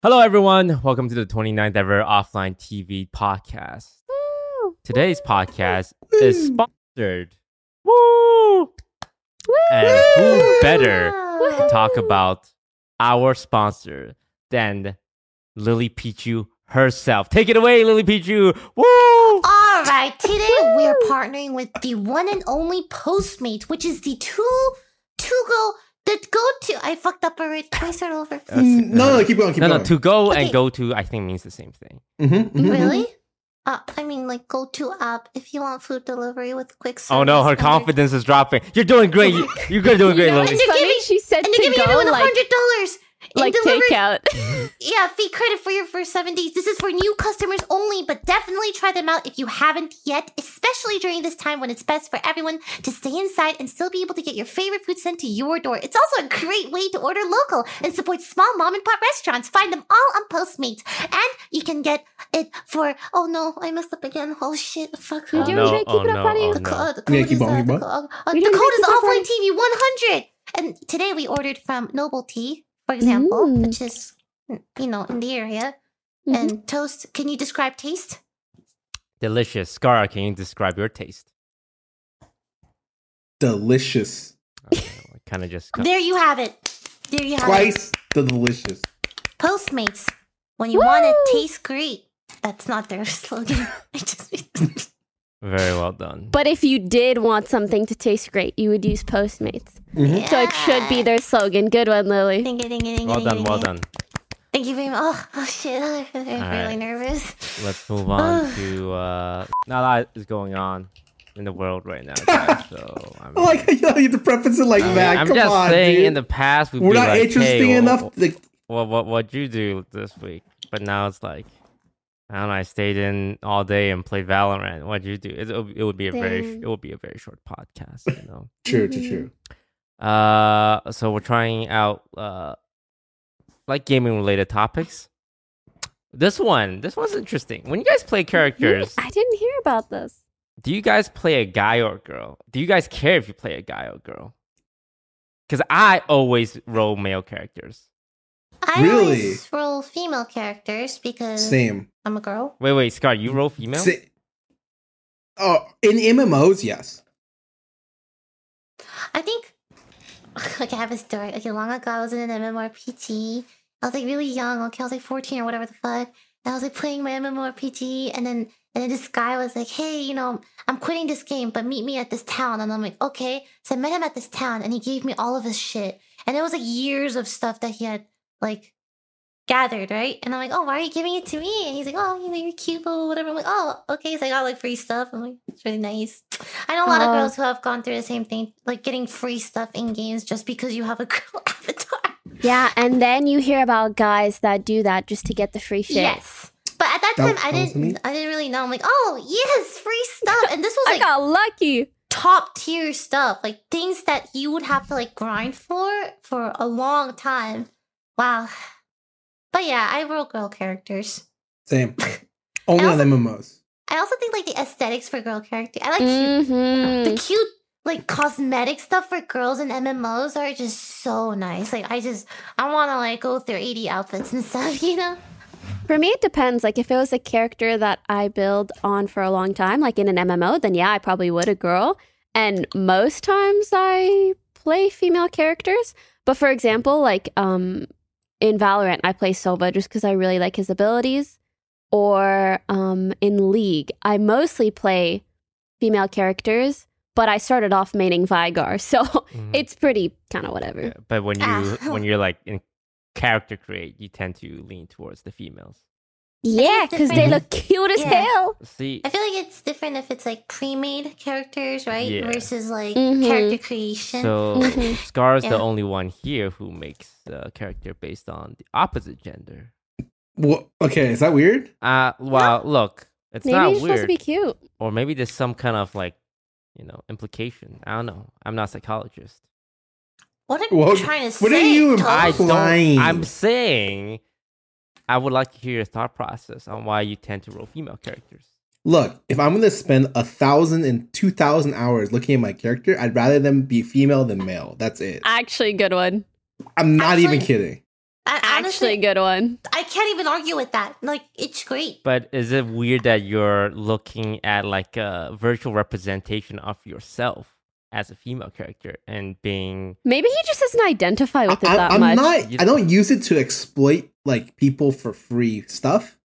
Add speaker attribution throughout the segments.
Speaker 1: Hello, everyone. Welcome to the 29th ever offline TV podcast. Today's podcast is sponsored. Woo! And who better to talk about our sponsor than Lily Pichu herself? Take it away, Lily Pichu. Woo!
Speaker 2: All right, today we're partnering with the one and only Postmate, which is the two to go the go to. I fucked up already. Can I start over?
Speaker 3: Mm, No, no, keep going, keep
Speaker 1: No,
Speaker 3: going.
Speaker 1: no, to go
Speaker 2: Okay.
Speaker 1: and go to, I think means the same thing.
Speaker 3: Mhm,
Speaker 1: Mm-hmm.
Speaker 3: mhm, mhm.
Speaker 2: Really? Uh, I mean, like go to app if you want food delivery with quick.
Speaker 1: Oh no,
Speaker 2: service
Speaker 1: her
Speaker 2: and-
Speaker 1: confidence is dropping. You're doing great. You- You're gonna doing
Speaker 4: You
Speaker 1: great,
Speaker 4: know
Speaker 1: Lily.
Speaker 4: what's
Speaker 2: You're
Speaker 4: funny?
Speaker 2: giving-
Speaker 4: she said
Speaker 2: And you're
Speaker 4: to
Speaker 2: giving
Speaker 4: go
Speaker 2: everyone a
Speaker 4: like
Speaker 2: hundred dollars.
Speaker 4: like takeout.
Speaker 2: Yeah, fee credit for your first seven days. This is for new customers only, but definitely try them out if you haven't yet, especially during this time when it's best for everyone to stay inside and still be able to get your favorite food sent to your door. It's also a great way to order local and support small mom and pop restaurants. Find them all on Postmates. And you can get it for, oh no, I messed up again. Oh shit, fuck.
Speaker 4: You're
Speaker 1: Oh,
Speaker 4: doing
Speaker 1: no,
Speaker 4: great. Keep
Speaker 1: oh,
Speaker 4: it up,
Speaker 1: no,
Speaker 4: buddy.
Speaker 1: oh,
Speaker 2: The,
Speaker 1: no.
Speaker 2: co- uh, the code
Speaker 3: Yeah,
Speaker 2: is,
Speaker 3: keep going,
Speaker 2: uh,
Speaker 3: keep
Speaker 2: the,
Speaker 3: going.
Speaker 2: co- uh, uh,
Speaker 4: We
Speaker 2: the
Speaker 4: didn't
Speaker 2: code
Speaker 4: make
Speaker 2: is
Speaker 4: it up
Speaker 2: offline
Speaker 4: right.
Speaker 2: TV 100. And today we ordered from Noble Tea, for example,
Speaker 4: Mm.
Speaker 2: which is, mm, you know, in the area.
Speaker 4: Mhm.
Speaker 2: And toast, can you describe taste?
Speaker 1: Delicious. Scar, can you describe your taste?
Speaker 3: Delicious.
Speaker 1: kind of just
Speaker 2: There you have it. There you have it.
Speaker 3: Twice the delicious.
Speaker 2: Postmates. When you want it, taste great. That's not their slogan. I just
Speaker 1: very well done.
Speaker 4: But if you did want something to taste great, you would use Postmates.
Speaker 1: Mm-hmm.
Speaker 3: Mhm.
Speaker 4: So it should be their slogan. Good one, Lily.
Speaker 2: Ding, ding, ding, ding,
Speaker 1: well
Speaker 2: ding,
Speaker 1: done,
Speaker 2: ding,
Speaker 1: well
Speaker 2: ding.
Speaker 1: done.
Speaker 2: Thank you very much. Oh, oh shit. I'm really
Speaker 1: right.
Speaker 2: nervous.
Speaker 1: Let's move on
Speaker 3: Ah.
Speaker 2: Ugh.
Speaker 1: to uh now that is going on in the world right now. guys, so I mean,
Speaker 3: I like how you- you have to preface it like that.
Speaker 1: I'm
Speaker 3: Come
Speaker 1: just
Speaker 3: on,
Speaker 1: saying
Speaker 3: dude.
Speaker 1: in the past we
Speaker 3: We're not interesting
Speaker 1: oh,
Speaker 3: enough.
Speaker 1: What,
Speaker 3: Like,
Speaker 1: what what what'd you do this week? But now it's like I don't know, I stayed in all day and played Valorant. What'd you do? It, it would be a very sh-
Speaker 4: Dang.
Speaker 1: it would be a very short podcast, you know.
Speaker 3: true, true, true.
Speaker 1: Uh, so we're trying out uh, like gaming related topics. This one, this one's interesting. When you guys play characters,
Speaker 4: I didn't hear about this.
Speaker 1: do you guys play a guy or girl? Do you guys care if you play a guy or girl? Because I always roll male characters.
Speaker 2: I
Speaker 3: Really?
Speaker 2: always roll female characters because
Speaker 3: Same.
Speaker 2: I'm a girl.
Speaker 1: Wait, wait, Scar, you roll female?
Speaker 3: Sa- oh, in MMOs, yes.
Speaker 2: I think. Okay, I have a story. Okay, long ago I was in an MMORPG. I was like really young. Okay, I was like 14 or whatever the fuck. And I was like playing my MMORPG, and then and then this guy was like, "Hey, you know, I'm quitting this game, but meet me at this town." And I'm like, "Okay." So I met him at this town, and he gave me all of his shit, and it was like years of stuff that he had like gathered, right? And I'm like, "Oh, why are you giving it to me?" And he's like, "Oh, you know, you're cute, blah, blah, whatever." I'm like, "Oh, okay." So I got like free stuff. I'm like, "It's really nice." I know a lot of
Speaker 4: Aw.
Speaker 2: girls who have gone through the same thing, like getting free stuff in games just because you have a girl avatar.
Speaker 4: Yeah, and then you hear about guys that do that just to get the free shit.
Speaker 2: Yes. But at that time,
Speaker 3: That-
Speaker 2: I
Speaker 3: that was
Speaker 2: didn't.
Speaker 3: me.
Speaker 2: I didn't really know. I'm like, oh yes, free stuff, and this was
Speaker 4: I
Speaker 2: like
Speaker 4: got lucky.
Speaker 2: top tier stuff, like things that you would have to like grind for for a long time. Wow. But yeah, I roll girl characters.
Speaker 3: Same. Only on
Speaker 2: Also-
Speaker 3: MMOs.
Speaker 2: I also think like the aesthetics for girl character. I like cute,
Speaker 4: hmm
Speaker 2: the cute like cosmetic stuff for girls in MMOs are just so nice. Like I just I want to like go through 80 outfits and stuff, you know.
Speaker 4: For me, it depends. Like, if it was a character that I build on for a long time, like in an MMO, then yeah, I probably would a girl. And most times I play female characters. But for example, like um, in Valorant, I play Sova just because I really like his abilities. Or um, in League, I mostly play female characters, but I started off maining Vigar. So
Speaker 1: Mhm.
Speaker 4: it's pretty kind of whatever.
Speaker 1: Yeah, but when you
Speaker 2: Ah.
Speaker 1: when you're like in character create, you tend to lean towards the females.
Speaker 4: Yeah,
Speaker 2: it's
Speaker 4: because they
Speaker 3: different.
Speaker 4: look cute as
Speaker 2: Yeah.
Speaker 4: hell.
Speaker 1: See,
Speaker 2: I feel like it's different if it's like pre-made characters, right?
Speaker 1: Yeah.
Speaker 2: Versus like
Speaker 4: Mhm.
Speaker 2: character creation.
Speaker 1: So
Speaker 4: Mhm.
Speaker 1: Scar's
Speaker 2: Yeah.
Speaker 1: the only one here who makes the character based on the opposite gender.
Speaker 3: What? Okay, is that weird?
Speaker 1: Uh well, look, it's
Speaker 4: Maybe
Speaker 1: not
Speaker 4: you're supposed
Speaker 1: weird,
Speaker 4: to be cute.
Speaker 1: or maybe there's some kind of like, you know, implication. I don't know. I'm not a psychologist.
Speaker 2: what are
Speaker 3: Well,
Speaker 2: you trying to
Speaker 3: what are
Speaker 2: say?
Speaker 3: you
Speaker 4: Oh.
Speaker 2: Toad?
Speaker 1: I don't.
Speaker 3: Fine.
Speaker 1: I'm saying, I would like to hear your thought process on why you tend to roll female characters.
Speaker 3: Look, if I'm gonna spend a thousand and two thousand hours looking at my character, I'd rather them be female than male. That's it.
Speaker 4: Actually, good one.
Speaker 3: I'm not even
Speaker 2: Actually-
Speaker 3: kidding.
Speaker 2: I,
Speaker 4: Actually,
Speaker 2: honestly,
Speaker 4: good one.
Speaker 2: I can't even argue with that. Like, it's great.
Speaker 1: But is it weird that you're looking at like a virtual representation of yourself as a female character and being
Speaker 4: Maybe he just doesn't identify with it
Speaker 3: I,
Speaker 4: that
Speaker 3: am
Speaker 4: much.
Speaker 1: You-
Speaker 3: not. I don't use it to exploit like people for free stuff.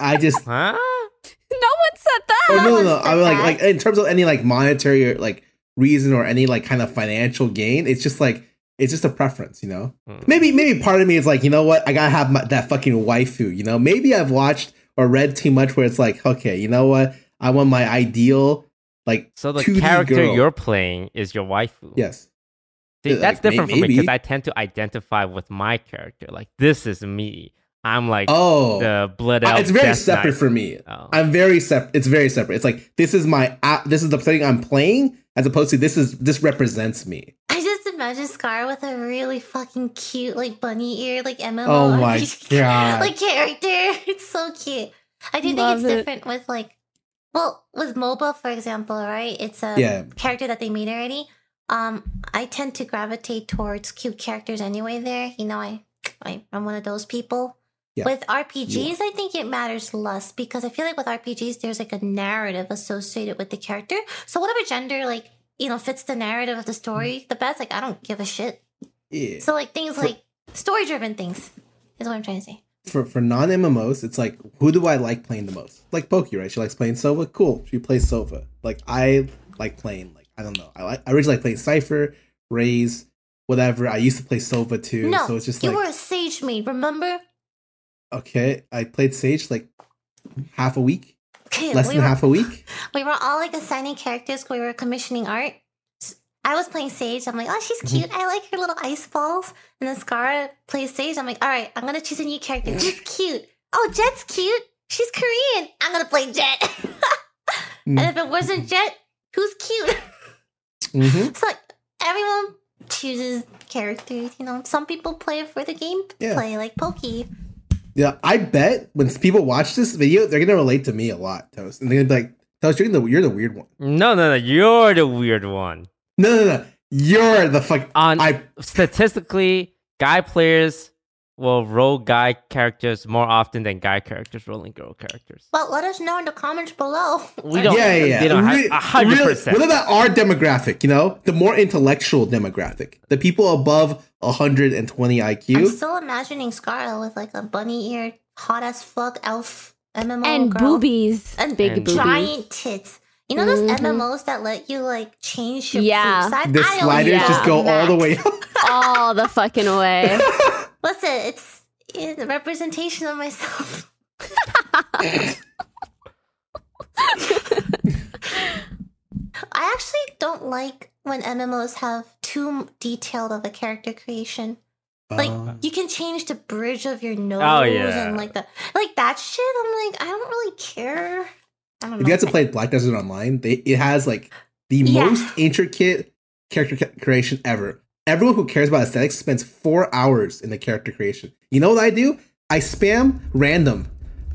Speaker 3: I just.
Speaker 1: huh?
Speaker 4: No one said that.
Speaker 3: Oh no, no,
Speaker 2: one
Speaker 3: no.
Speaker 2: said
Speaker 3: I mean, like,
Speaker 2: that.
Speaker 3: like in terms of any like monetary or like reason or any like kind of financial gain, it's just like it's just a preference, you know.
Speaker 1: Mm.
Speaker 3: Maybe, maybe part of me is like, you know what? I gotta have my, that fucking waifu, you know. Maybe I've watched or read too much where it's like, okay, you know what? I want my ideal, like
Speaker 1: So the
Speaker 3: 2D
Speaker 1: character
Speaker 3: girl.
Speaker 1: you're playing is your waifu.
Speaker 3: yes,
Speaker 1: See,
Speaker 3: Like,
Speaker 1: that's
Speaker 3: may-
Speaker 1: different for me because
Speaker 3: maybe.
Speaker 1: I tend to identify with my character. Like this is me. I'm like
Speaker 3: oh,
Speaker 1: the blood
Speaker 3: I-
Speaker 1: out.
Speaker 3: it's very separate for me.
Speaker 1: Oh.
Speaker 3: I'm very separate. It's very separate. It's like this is my uh, this is the thing I'm playing as opposed to this is this represents me.
Speaker 2: I just imagine Scar with a really fucking cute, like bunny ear, like MMO.
Speaker 3: Oh my God.
Speaker 2: like character, it's so cute. I do
Speaker 4: Love
Speaker 2: think it's
Speaker 4: it.
Speaker 2: different with like, well, with MOBA for example, right? It's a
Speaker 3: Yeah.
Speaker 2: character that they made already. Um, I tend to gravitate towards cute characters anyway. There, you know, I, I I'm one of those people.
Speaker 3: Yeah.
Speaker 2: With RPGs, I think it matters less because I feel like with RPGs, there's like a narrative associated with the character. So whatever gender, like you know, fits the narrative of the story the best, like I don't give a shit.
Speaker 3: Mm. Yeah.
Speaker 2: So like things
Speaker 3: For-
Speaker 2: like story-driven things is what I'm trying to say.
Speaker 3: for for non MMOs, it's like who do I like playing the most? Like Pokey, right? She likes playing Sova. Cool, she plays Sova. Like I like playing like I don't know. I like I originally like playing Cipher, Raise, whatever. I used to play Sova too.
Speaker 2: no,
Speaker 3: so it's just
Speaker 2: you
Speaker 3: like
Speaker 2: were a sage maid, remember?
Speaker 3: okay, I played Sage like half a week,
Speaker 2: Okay,
Speaker 3: less
Speaker 2: we
Speaker 3: than
Speaker 2: were,
Speaker 3: half a week.
Speaker 2: we were all like assigning characters. We were commissioning art. S- I was playing Sage. I'm like, oh, she's cute. I like her little ice balls. And then Scara plays Sage. I'm like, all right, I'm gonna choose a new character. She's cute. Oh, Jet's cute. She's Korean. I'm gonna play Jet. and if it wasn't Jet, who's cute?
Speaker 3: hmm
Speaker 2: It's like everyone chooses characters, you know. Some people play for the game
Speaker 3: Yeah.
Speaker 2: play, like Pokey.
Speaker 3: Yeah, I bet when people watch this video, they're gonna relate to me a lot, Toast, and they're gonna be like, Toast, you're the you're the weird one.
Speaker 1: No, no, no. You're the weird one.
Speaker 3: No, no, no. You're the fuck.
Speaker 1: On
Speaker 3: I
Speaker 1: statistically, guy players will roll guy characters more often than guy characters rolling girl characters.
Speaker 2: But let us know in the comments below.
Speaker 1: We don't.
Speaker 3: yeah, yeah, yeah.
Speaker 1: They don't have
Speaker 3: Really-
Speaker 1: a hundred
Speaker 3: really-
Speaker 1: percent.
Speaker 3: What about our demographic? You know, the more intellectual demographic, the people above 120
Speaker 2: I'm
Speaker 3: IQ.
Speaker 2: still imagining Scarlet with like a bunny ear, hot as fuck elf MMO
Speaker 4: and
Speaker 2: Oh, girl.
Speaker 4: boobies.
Speaker 2: And
Speaker 4: Big
Speaker 1: And
Speaker 4: boobies.
Speaker 2: giant tits. You know those
Speaker 4: Mhm.
Speaker 2: MMOs that let you like change your
Speaker 4: Yeah.
Speaker 2: yeah. size?
Speaker 3: The
Speaker 2: I don't
Speaker 3: sliders
Speaker 2: use
Speaker 3: just go all the
Speaker 2: that.
Speaker 3: way up.
Speaker 4: All the fucking way.
Speaker 2: Oh, Listen, it's, it's a representation of myself. I actually don't like when MMOs have too m- detailed of a character creation. Like
Speaker 3: Uh,
Speaker 2: you can change the bridge of
Speaker 4: Oh,
Speaker 2: your nose
Speaker 1: yeah.
Speaker 2: and like the like that shit. I'm like, I don't really care. I don't
Speaker 3: if
Speaker 2: know.
Speaker 3: you guys have played Black Desert Online, they, it has like the
Speaker 2: Yeah.
Speaker 3: most intricate character ca- creation ever. Everyone who cares about aesthetics spends four hours in the character creation. You know what I do? I spam random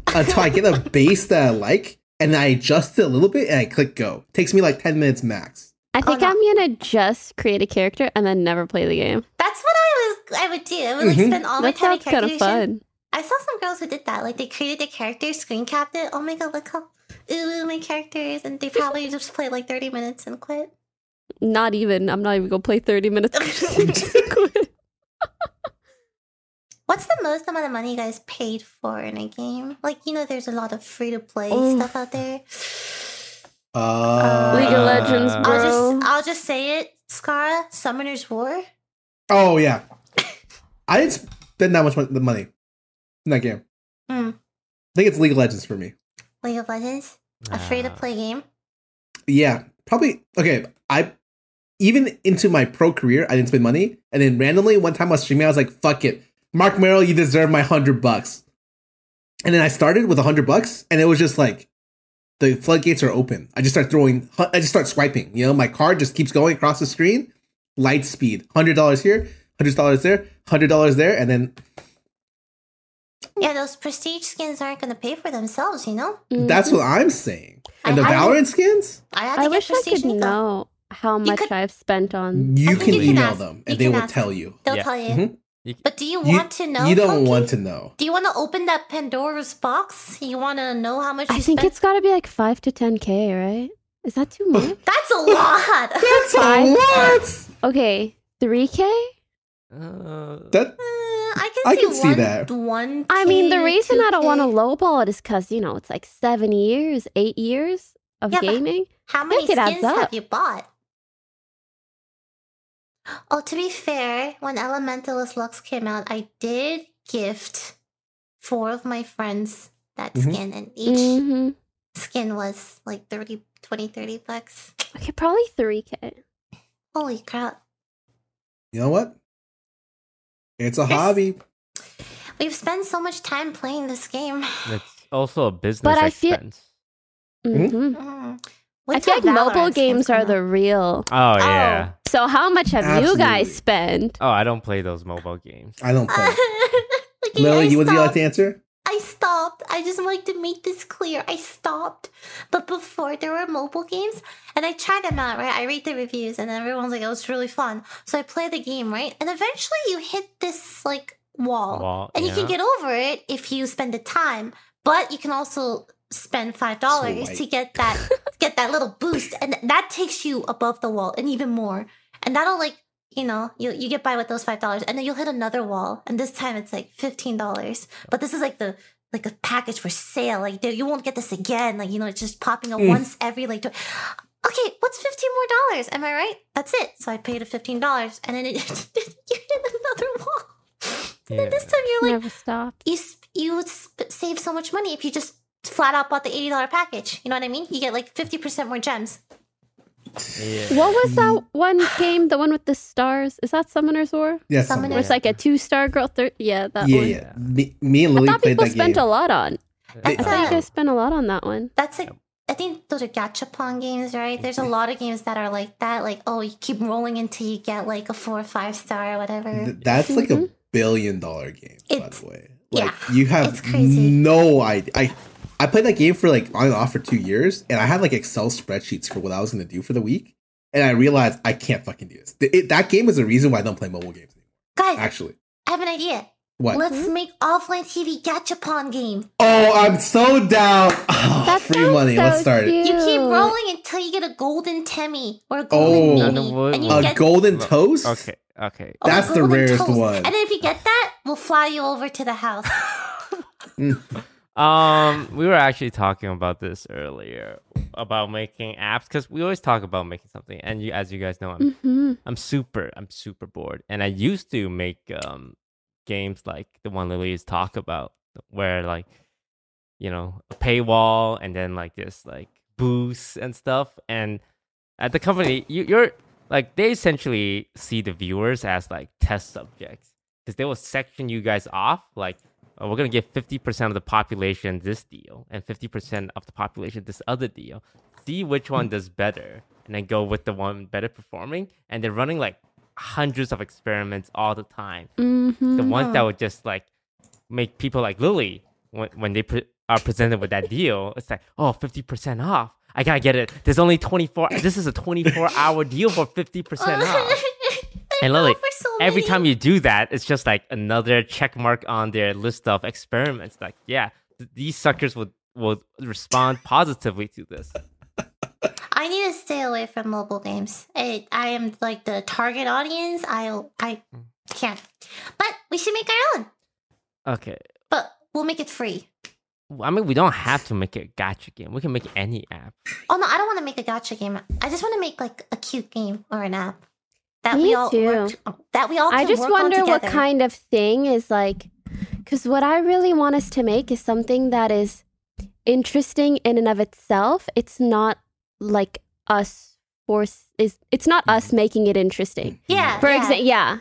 Speaker 3: until I get a base that I like, and I adjust it a little bit, and I click go. takes me like 10 minutes max.
Speaker 4: I think
Speaker 2: no.
Speaker 4: I'm gonna just create a character and then never play the game.
Speaker 2: That's what I was I would do. I would like
Speaker 3: Mhm.
Speaker 2: spend all
Speaker 4: that
Speaker 2: my time in
Speaker 4: sounds
Speaker 2: character
Speaker 4: kind of
Speaker 2: creation.
Speaker 4: fun.
Speaker 2: I saw some girls who did that. Like they created their character, screen capped it. Oh my god, look how ooh my character is, and they probably just played like thirty minutes and quit.
Speaker 4: Not even. I'm not even gonna play 30 minutes. Quit.
Speaker 2: What's the most amount of money you guys paid for in a game? Like you know, there's a lot of free to play
Speaker 4: Oof.
Speaker 2: stuff out there.
Speaker 3: Uh,
Speaker 4: League of Legends,
Speaker 1: Uh,
Speaker 2: I'll
Speaker 4: bro.
Speaker 2: just I'll just say it, Scara, Summoner's War.
Speaker 3: Oh yeah, I didn't spend that much mon- the money in that game.
Speaker 2: Hmm.
Speaker 3: I think it's League of Legends for me.
Speaker 2: League of Legends, a free to
Speaker 3: Ah.
Speaker 2: play game.
Speaker 3: Yeah, probably. Okay, I even into my pro career, I didn't spend money, and then randomly one time I was streaming, I was like, "Fuck it, Mark Merrill, you deserve my hundred bucks." And then I started with a hundred bucks, and it was just like the floodgates are open. I just start throwing, I just start swiping. You know, my card just keeps going across the screen, light speed, hundred dollars here, hundred dollars there, hundred dollars there, and then
Speaker 2: Yeah, those prestige skins aren't gonna pay for themselves, you know.
Speaker 4: Mm.
Speaker 3: That's what I'm saying. And the
Speaker 2: Mm-hmm. I- I
Speaker 3: Valorant skins,
Speaker 2: I had to
Speaker 4: I
Speaker 2: get
Speaker 4: wish I
Speaker 2: prestige.
Speaker 4: could
Speaker 2: Nico.
Speaker 4: know how much
Speaker 2: could-
Speaker 4: I've spent on.
Speaker 3: you
Speaker 2: think
Speaker 3: can
Speaker 2: you can
Speaker 3: email
Speaker 2: ask-
Speaker 3: them
Speaker 2: you
Speaker 3: and they
Speaker 2: can
Speaker 3: will
Speaker 2: ask.
Speaker 3: tell you.
Speaker 2: They'll
Speaker 1: Yeah.
Speaker 2: tell you.
Speaker 3: Mhm.
Speaker 1: You,
Speaker 2: But do you
Speaker 3: You-
Speaker 2: want to know?
Speaker 3: You don't
Speaker 2: Punky?
Speaker 3: want to know.
Speaker 2: Do you want to open that Pandora's box? You want to know how much you
Speaker 4: I think
Speaker 2: spent?
Speaker 4: it's got to be like five to ten k, right? Is that too much?
Speaker 2: That's a lot.
Speaker 3: That's a
Speaker 4: Five.
Speaker 3: lot.
Speaker 4: okay, three k.
Speaker 1: uh,
Speaker 3: That
Speaker 2: Uh, I can
Speaker 3: I
Speaker 2: see,
Speaker 3: can see
Speaker 2: one,
Speaker 3: that.
Speaker 2: One.
Speaker 4: I mean, the reason I don't want to
Speaker 2: to.
Speaker 4: lowball it is because you know it's like seven years, eight years of
Speaker 2: Yeah, but-
Speaker 4: gaming.
Speaker 2: How many
Speaker 4: think it adds
Speaker 2: skins have
Speaker 4: up.
Speaker 2: you bought? Oh, to be fair, when Elementalist Lux came out, I did gift four of my friends that
Speaker 3: Mhm.
Speaker 2: skin, and each
Speaker 4: hmm
Speaker 2: skin was like 30, 20, 30 bucks.
Speaker 4: Okay, probably three k.
Speaker 2: Holy crap.
Speaker 3: you know what? It's a hobby.
Speaker 2: We've spent so much time playing this game.
Speaker 1: it's also a business
Speaker 4: But I feel-
Speaker 1: expense.
Speaker 3: Mhm.
Speaker 4: hmm
Speaker 2: Mm.
Speaker 4: I
Speaker 2: When's
Speaker 4: feel
Speaker 2: our
Speaker 4: like mobile
Speaker 2: Valorant skin
Speaker 4: games are
Speaker 2: coming
Speaker 4: the
Speaker 2: out?
Speaker 4: real.
Speaker 1: Oh yeah.
Speaker 4: So how much have you
Speaker 3: Absolutely.
Speaker 4: guys spent?
Speaker 1: Oh, I don't play those mobile games.
Speaker 3: I don't play.
Speaker 2: Okay, I
Speaker 3: Lily, you would you like
Speaker 2: stopped.
Speaker 3: to answer?
Speaker 2: I stopped. I just wanted to make this clear. I stopped. But before there were mobile games, and I tried them out, right? I read the reviews, and everyone's like, oh, it's really fun. So I play the game, right? And eventually you hit this, like, wall.
Speaker 1: Well,
Speaker 2: Oh, and you can
Speaker 1: yeah.
Speaker 2: get over it if you spend the time, but you can also spend five dollars
Speaker 3: Swipe.
Speaker 2: to get that get that little boost, and that takes you above the wall and even more. And that'll like you know you you get by with those five dollars, and then you'll hit another wall, and this time it's like fifteen dollars. But this is like the like a package for sale. Like dude, you won't get this again. Like you know it's just popping up
Speaker 3: Mm.
Speaker 2: once every like. Tw- Okay, what's fifteen more dollars? Am I right? That's it. So I paid the fifteen dollars, and then it, you hit another wall. And then this
Speaker 1: Yeah.
Speaker 2: time you're like,
Speaker 4: Never stopped.
Speaker 2: you sp- you would sp- save so much money if you just flat out bought the eighty dollar package. You know what I mean? You get like fifty percent more gems.
Speaker 1: Yeah.
Speaker 4: E- What was that
Speaker 3: Mm.
Speaker 4: one game? The one with the stars? Is that Summoner's War?
Speaker 3: Yes.
Speaker 2: Someone
Speaker 4: Where
Speaker 3: someone.
Speaker 4: it's like a two star girl. Thir- yeah, that
Speaker 3: Yeah,
Speaker 4: one.
Speaker 3: yeah. Me, me and Lily
Speaker 4: I thought
Speaker 3: played
Speaker 4: people
Speaker 3: that game.
Speaker 4: spent a lot on.
Speaker 1: Uh,
Speaker 4: I
Speaker 2: That's
Speaker 4: thought you
Speaker 2: a-
Speaker 4: guys spent a lot on that one.
Speaker 2: That's a I think those are gachapon games, right? There's a
Speaker 3: Mm-hmm.
Speaker 2: lot of games that are like that. Like oh, you keep rolling until you get like a four or five star or whatever.
Speaker 3: Th- That's like a
Speaker 4: Mhm.
Speaker 3: billion dollar game, by
Speaker 2: It's-
Speaker 3: the way.
Speaker 2: yeah,
Speaker 3: Like you have
Speaker 2: it's crazy.
Speaker 3: no idea. I I played that game for like on and off for two years, and I had like Excel spreadsheets for what I was gonna do for the week, and I realized I can't fucking do this. Th- it- that game is the reason why I don't play mobile games anymore.
Speaker 2: Guys,
Speaker 3: Actually,
Speaker 2: I have an idea.
Speaker 3: what?
Speaker 2: Let's make offline TV gachapon game.
Speaker 3: Oh, I'm so down. Oh,
Speaker 4: That
Speaker 3: free
Speaker 4: sounds
Speaker 3: money.
Speaker 4: so
Speaker 3: Let's start it.
Speaker 4: cute.
Speaker 2: You keep
Speaker 4: Cute.
Speaker 2: rolling until you get a golden temmy or a golden
Speaker 3: Oh.
Speaker 2: oh,
Speaker 3: And
Speaker 1: what-
Speaker 2: and you
Speaker 1: Uh,
Speaker 3: A
Speaker 2: get
Speaker 3: golden
Speaker 1: Look,
Speaker 3: toast.
Speaker 2: um,
Speaker 1: Okay. Okay.
Speaker 2: oh, a
Speaker 3: that's the
Speaker 2: golden
Speaker 3: rarest one.
Speaker 2: And then if you get that, we'll fly you over to the house.
Speaker 1: Um, we were actually talking about this earlier about making apps because we always talk about making something, and you, as you guys know, I'm
Speaker 4: hmm
Speaker 1: I'm super I'm super bored, and I used to make um games like the one Lily's talk about, where like you know a paywall and then like this like boost and stuff, and at the company you, you're like they essentially see the viewers as like test subjects because they will section you guys off like oh, we're gonna give 50% of the population this deal and 50% of the population this other deal see which one does better and then go with the one better performing and they're running like hundreds of experiments all the time
Speaker 4: hmm
Speaker 1: the ones that would just like make people like Lily when, when they pre- are presented with that deal, it's like, oh, 50% off. I gotta get it. There's only 24. This is a 24 hour deal for 50% off. And Lily, Every time you do that, it's just like another check mark on their list of experiments. Like, yeah, th- these suckers would will respond positively to this.
Speaker 2: I need to stay away from mobile games. I, I am like the target audience. I I can't. But we should make our own.
Speaker 1: Okay.
Speaker 2: But we'll make it free.
Speaker 1: I mean, we don't have to make a gacha game. We can make any app.
Speaker 2: Oh no, I don't want to make a gacha game. I just want to make like a cute game or an app that
Speaker 4: Me
Speaker 2: we all
Speaker 4: too.
Speaker 2: work- that we all. Can
Speaker 4: I just
Speaker 2: work on
Speaker 4: wonder what
Speaker 2: together.
Speaker 4: kind of thing is like, because what I really want us to make is something that is interesting in and of itself. It's not like us force is. It's not us
Speaker 2: Mm-hmm.
Speaker 4: making it interesting.
Speaker 2: Yeah.
Speaker 4: For
Speaker 2: yeah.
Speaker 4: example, yeah.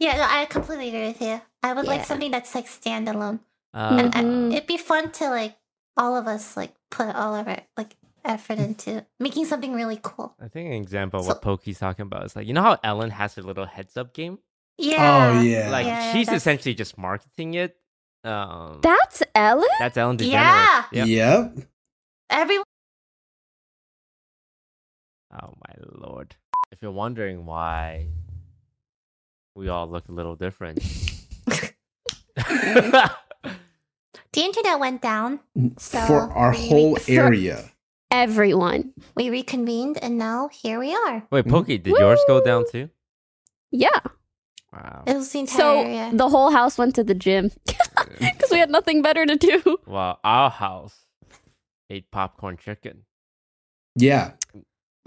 Speaker 2: Yeah, no, I completely agree with you. I would like
Speaker 4: Yeah.
Speaker 2: something that's like standalone.
Speaker 1: Uh,
Speaker 2: I-
Speaker 4: Mhm.
Speaker 2: it'd be fun to like all of us like put all of our like effort into making something really cool.
Speaker 1: I think an example of
Speaker 2: So-
Speaker 1: what Pokey's talking about is like, you know how Ellen has her little heads up game?
Speaker 2: Yeah.
Speaker 3: Oh yeah.
Speaker 1: Like,
Speaker 2: Yeah, yeah,
Speaker 1: she's
Speaker 2: that's-
Speaker 1: essentially just marketing it. Um,
Speaker 4: That's Ellen.
Speaker 1: that's Ellen DeGeneres.
Speaker 2: Yeah.
Speaker 1: Yep.
Speaker 3: Yep.
Speaker 2: Everyone.
Speaker 1: Oh, my lord. If you're wondering why we all look a little different,
Speaker 2: The internet went down, so
Speaker 3: for our
Speaker 2: we,
Speaker 3: whole
Speaker 4: for-
Speaker 3: area.
Speaker 4: Everyone.
Speaker 2: we reconvened, and now here we are.
Speaker 1: Wait, Pokey, did yours go down too?
Speaker 4: Yeah.
Speaker 1: Wow.
Speaker 2: It was the entire
Speaker 4: So
Speaker 2: area.
Speaker 4: the whole house went to the gym because we had nothing better to do.
Speaker 1: Wow. Our house ate popcorn chicken.
Speaker 3: Yeah.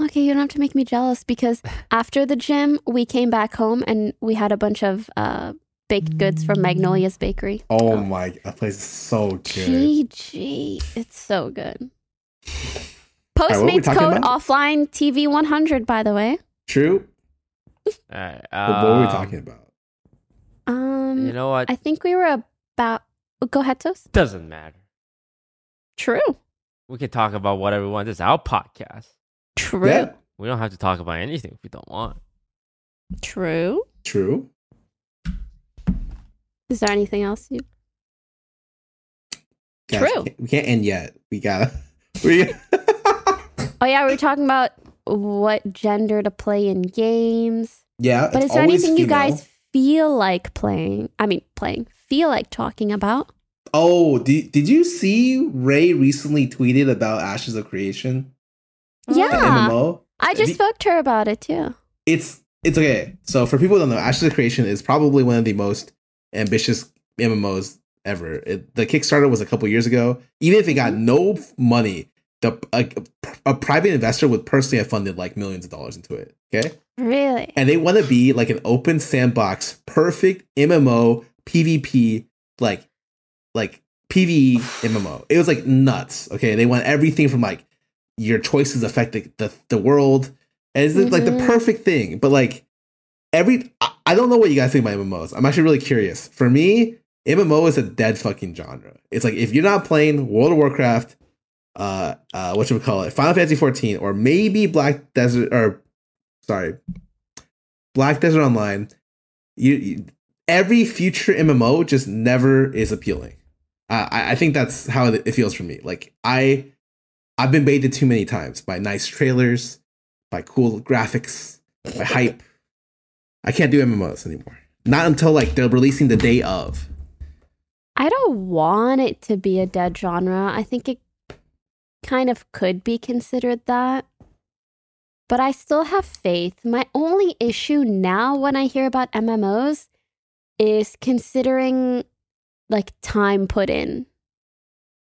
Speaker 4: Okay, you don't have to make me jealous because after the gym, we came back home and we had a bunch of uh, baked goods from Magnolia's Bakery.
Speaker 3: Oh, my, that place is so good.
Speaker 4: GG. It's so good.
Speaker 3: right, what were we
Speaker 4: Postmates
Speaker 3: talking
Speaker 4: code
Speaker 3: about?
Speaker 4: offline TV100, by the way.
Speaker 3: True.
Speaker 1: All right.
Speaker 3: But what
Speaker 2: Uh,
Speaker 3: were we
Speaker 1: um,
Speaker 3: talking about?
Speaker 4: Um,
Speaker 1: You know what?
Speaker 4: I think we were about. oh, Go ahead, Toast.
Speaker 1: Doesn't matter.
Speaker 4: True.
Speaker 1: We can talk about whatever we want. This is our podcast.
Speaker 4: True.
Speaker 3: Yeah.
Speaker 1: We don't have to talk about anything if we don't want.
Speaker 4: True.
Speaker 3: True.
Speaker 4: Is there anything else you.
Speaker 3: Guys, we
Speaker 4: True.
Speaker 3: can't- We can't end yet. We gotta. We.
Speaker 4: Oh, yeah, we were talking about what gender to play in games.
Speaker 3: yeah.
Speaker 4: But
Speaker 3: it's
Speaker 4: is there
Speaker 3: always
Speaker 4: anything you guys
Speaker 3: female.
Speaker 4: feel like playing? I mean, playing, feel like talking about?
Speaker 3: Oh, did did you see Ray recently tweeted about Ashes of Creation? the
Speaker 4: Yeah.
Speaker 3: MMO.
Speaker 4: I just
Speaker 3: The-
Speaker 4: spoke to her about it too.
Speaker 3: It's it's okay. So for people who don't know, Ashes of Creation is probably one of the most ambitious MMOs ever. It, the Kickstarter was a couple years ago. Even if it got no money, the a, a private investor would personally have funded like millions of dollars into it. Okay.
Speaker 4: Really?
Speaker 3: and they want to be like an open sandbox, perfect MMO PvP, like like PvE MMO. It was like nuts. Okay, they want everything from like your choices affect the the, the world, and it's like the
Speaker 4: Mhm.
Speaker 3: perfect thing. But like every, I, I don't know what you guys think about MMOs. I'm actually really curious. For me, MMO is a dead fucking genre. It's like if you're not playing World of Warcraft. Uh, uh, what should we call it? Final Fantasy 14, or maybe Black Desert, or sorry, Black Desert Online, you, you every future MMO just never is appealing. Uh, I, I think that's how it it feels for me. Like I, I've been baited too many times by nice trailers, by cool graphics, by hype. I can't do MMOs anymore. Not until like they're releasing the day of.
Speaker 4: I don't want it to be a dead genre. I think it kind of could be considered that. But I still have faith. My only issue now when I hear about MMOs is considering like time put in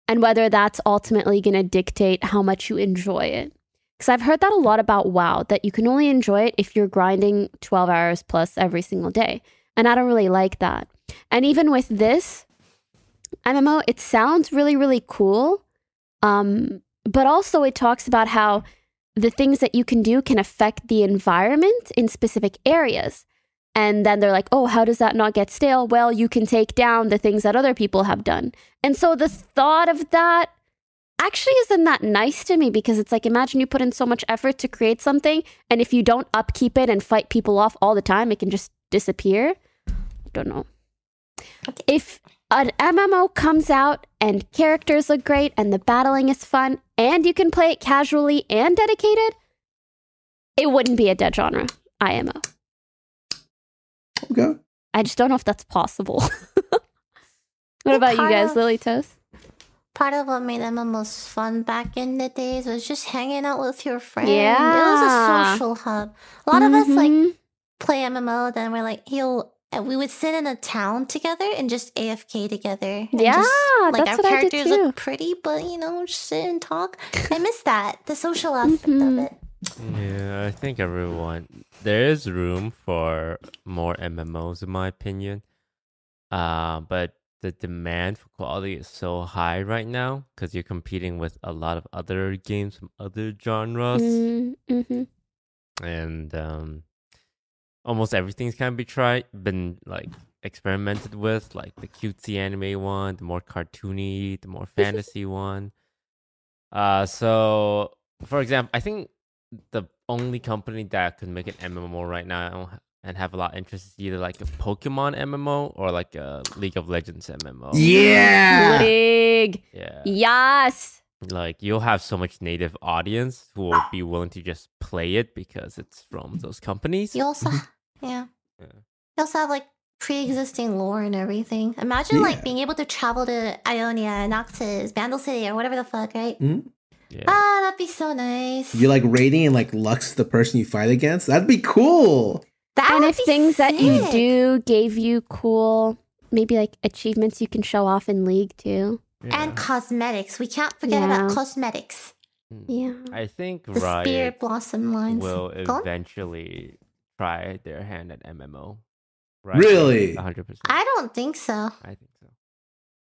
Speaker 4: and whether that's ultimately going to dictate how much you enjoy it. Because I've heard that a lot about WoW, that you can only enjoy it if you're grinding 12 hours plus every single day. And I don't really like that. And even with this, MMO, it sounds really, really cool. Um, but also, it talks about how the things that you can do can affect the environment in specific areas. And then they're like, oh, how does that not get stale? Well, you can take down the things that other people have done. And so the thought of that actually isn't that nice to me because it's like, imagine you put in so much effort to create something. And if you don't upkeep it and fight people off all the time, it can just disappear. Don't know
Speaker 2: Okay.
Speaker 4: if an MMO comes out and characters look great and the battling is fun and you can play it casually and dedicated, it wouldn't be a dead genre, IMO.
Speaker 3: Okay.
Speaker 4: I just don't know if that's possible. what about you
Speaker 2: kind
Speaker 4: guys,
Speaker 2: of.
Speaker 4: Lily Toast?
Speaker 2: Part of what made MMOs fun back in the days was just hanging out with your friends. It was
Speaker 4: Yeah. Mm-hmm.
Speaker 2: a social hub. A lot of us like play MMO, then we're like, yo, and we would sit in a town together and just AFK together. and
Speaker 4: Yeah,
Speaker 2: just, like
Speaker 4: that's
Speaker 2: our
Speaker 4: what I did
Speaker 2: characters
Speaker 4: too.
Speaker 2: look pretty, but you know, just sit and talk. I miss that the social aspect
Speaker 4: Mhm.
Speaker 2: of it.
Speaker 1: Yeah, I think everyone there is room for more MMOs in my opinion. Uh, but the demand for quality is so high right now because you're competing with a lot of other games from other genres,
Speaker 4: Mm, mhm.
Speaker 1: and um, almost everything's kind of be tried, been like experimented with, like the cutesy anime one, the more cartoony, the more fantasy one. Uh, so for example, I think the only company that could make an MMO right now and have a lot of interest is either like a Pokemon MMO or like a League of Legends MMO.
Speaker 3: Yeah.
Speaker 4: League.
Speaker 1: Yeah.
Speaker 4: Yes.
Speaker 1: Like you'll have so much native audience who will be willing to just play it because it's from those companies.
Speaker 2: You also, yeah.
Speaker 1: Yeah.
Speaker 2: You also have like pre-existing lore and everything. Imagine
Speaker 3: Yeah.
Speaker 2: like being able to travel to Ionia, Noxus, Vandal City, or whatever the fuck, right?
Speaker 1: Yeah.
Speaker 2: Ah, that'd be so nice.
Speaker 3: You're like raiding and like Lux the person you fight against. That'd be cool.
Speaker 2: that
Speaker 4: and
Speaker 2: would
Speaker 4: if
Speaker 2: be
Speaker 4: things that you
Speaker 2: sick.
Speaker 4: do gave you cool, maybe like achievements you can show off in League too.
Speaker 2: and cosmetics, we can't forget about
Speaker 4: Yeah.
Speaker 2: cosmetics.
Speaker 4: Yeah.
Speaker 1: I think
Speaker 2: The spear
Speaker 1: Riot
Speaker 2: blossom lines.
Speaker 1: will
Speaker 2: Go on.
Speaker 1: eventually try their hand at MMO.
Speaker 3: Really?
Speaker 1: 100%. I,
Speaker 2: I don't think so.
Speaker 1: think so.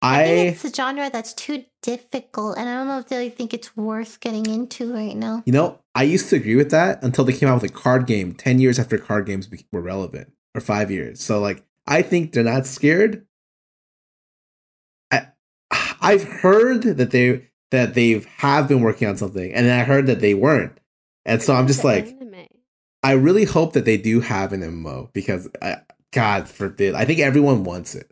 Speaker 2: I, think
Speaker 3: I
Speaker 2: it's a genre that's too difficult, and I don't know if they think it's worth getting into right now.
Speaker 3: you know, I used to agree with that until they came out with a card game 10 years after card games be- were relevant or 5 years. So like I think they're not scared. I I've heard that they that they have been working on something and I heard that they weren't. And so I'm just
Speaker 4: The
Speaker 3: like
Speaker 4: anime.
Speaker 3: I really hope that they do have an MMO because I, God forbid, I think everyone wants it.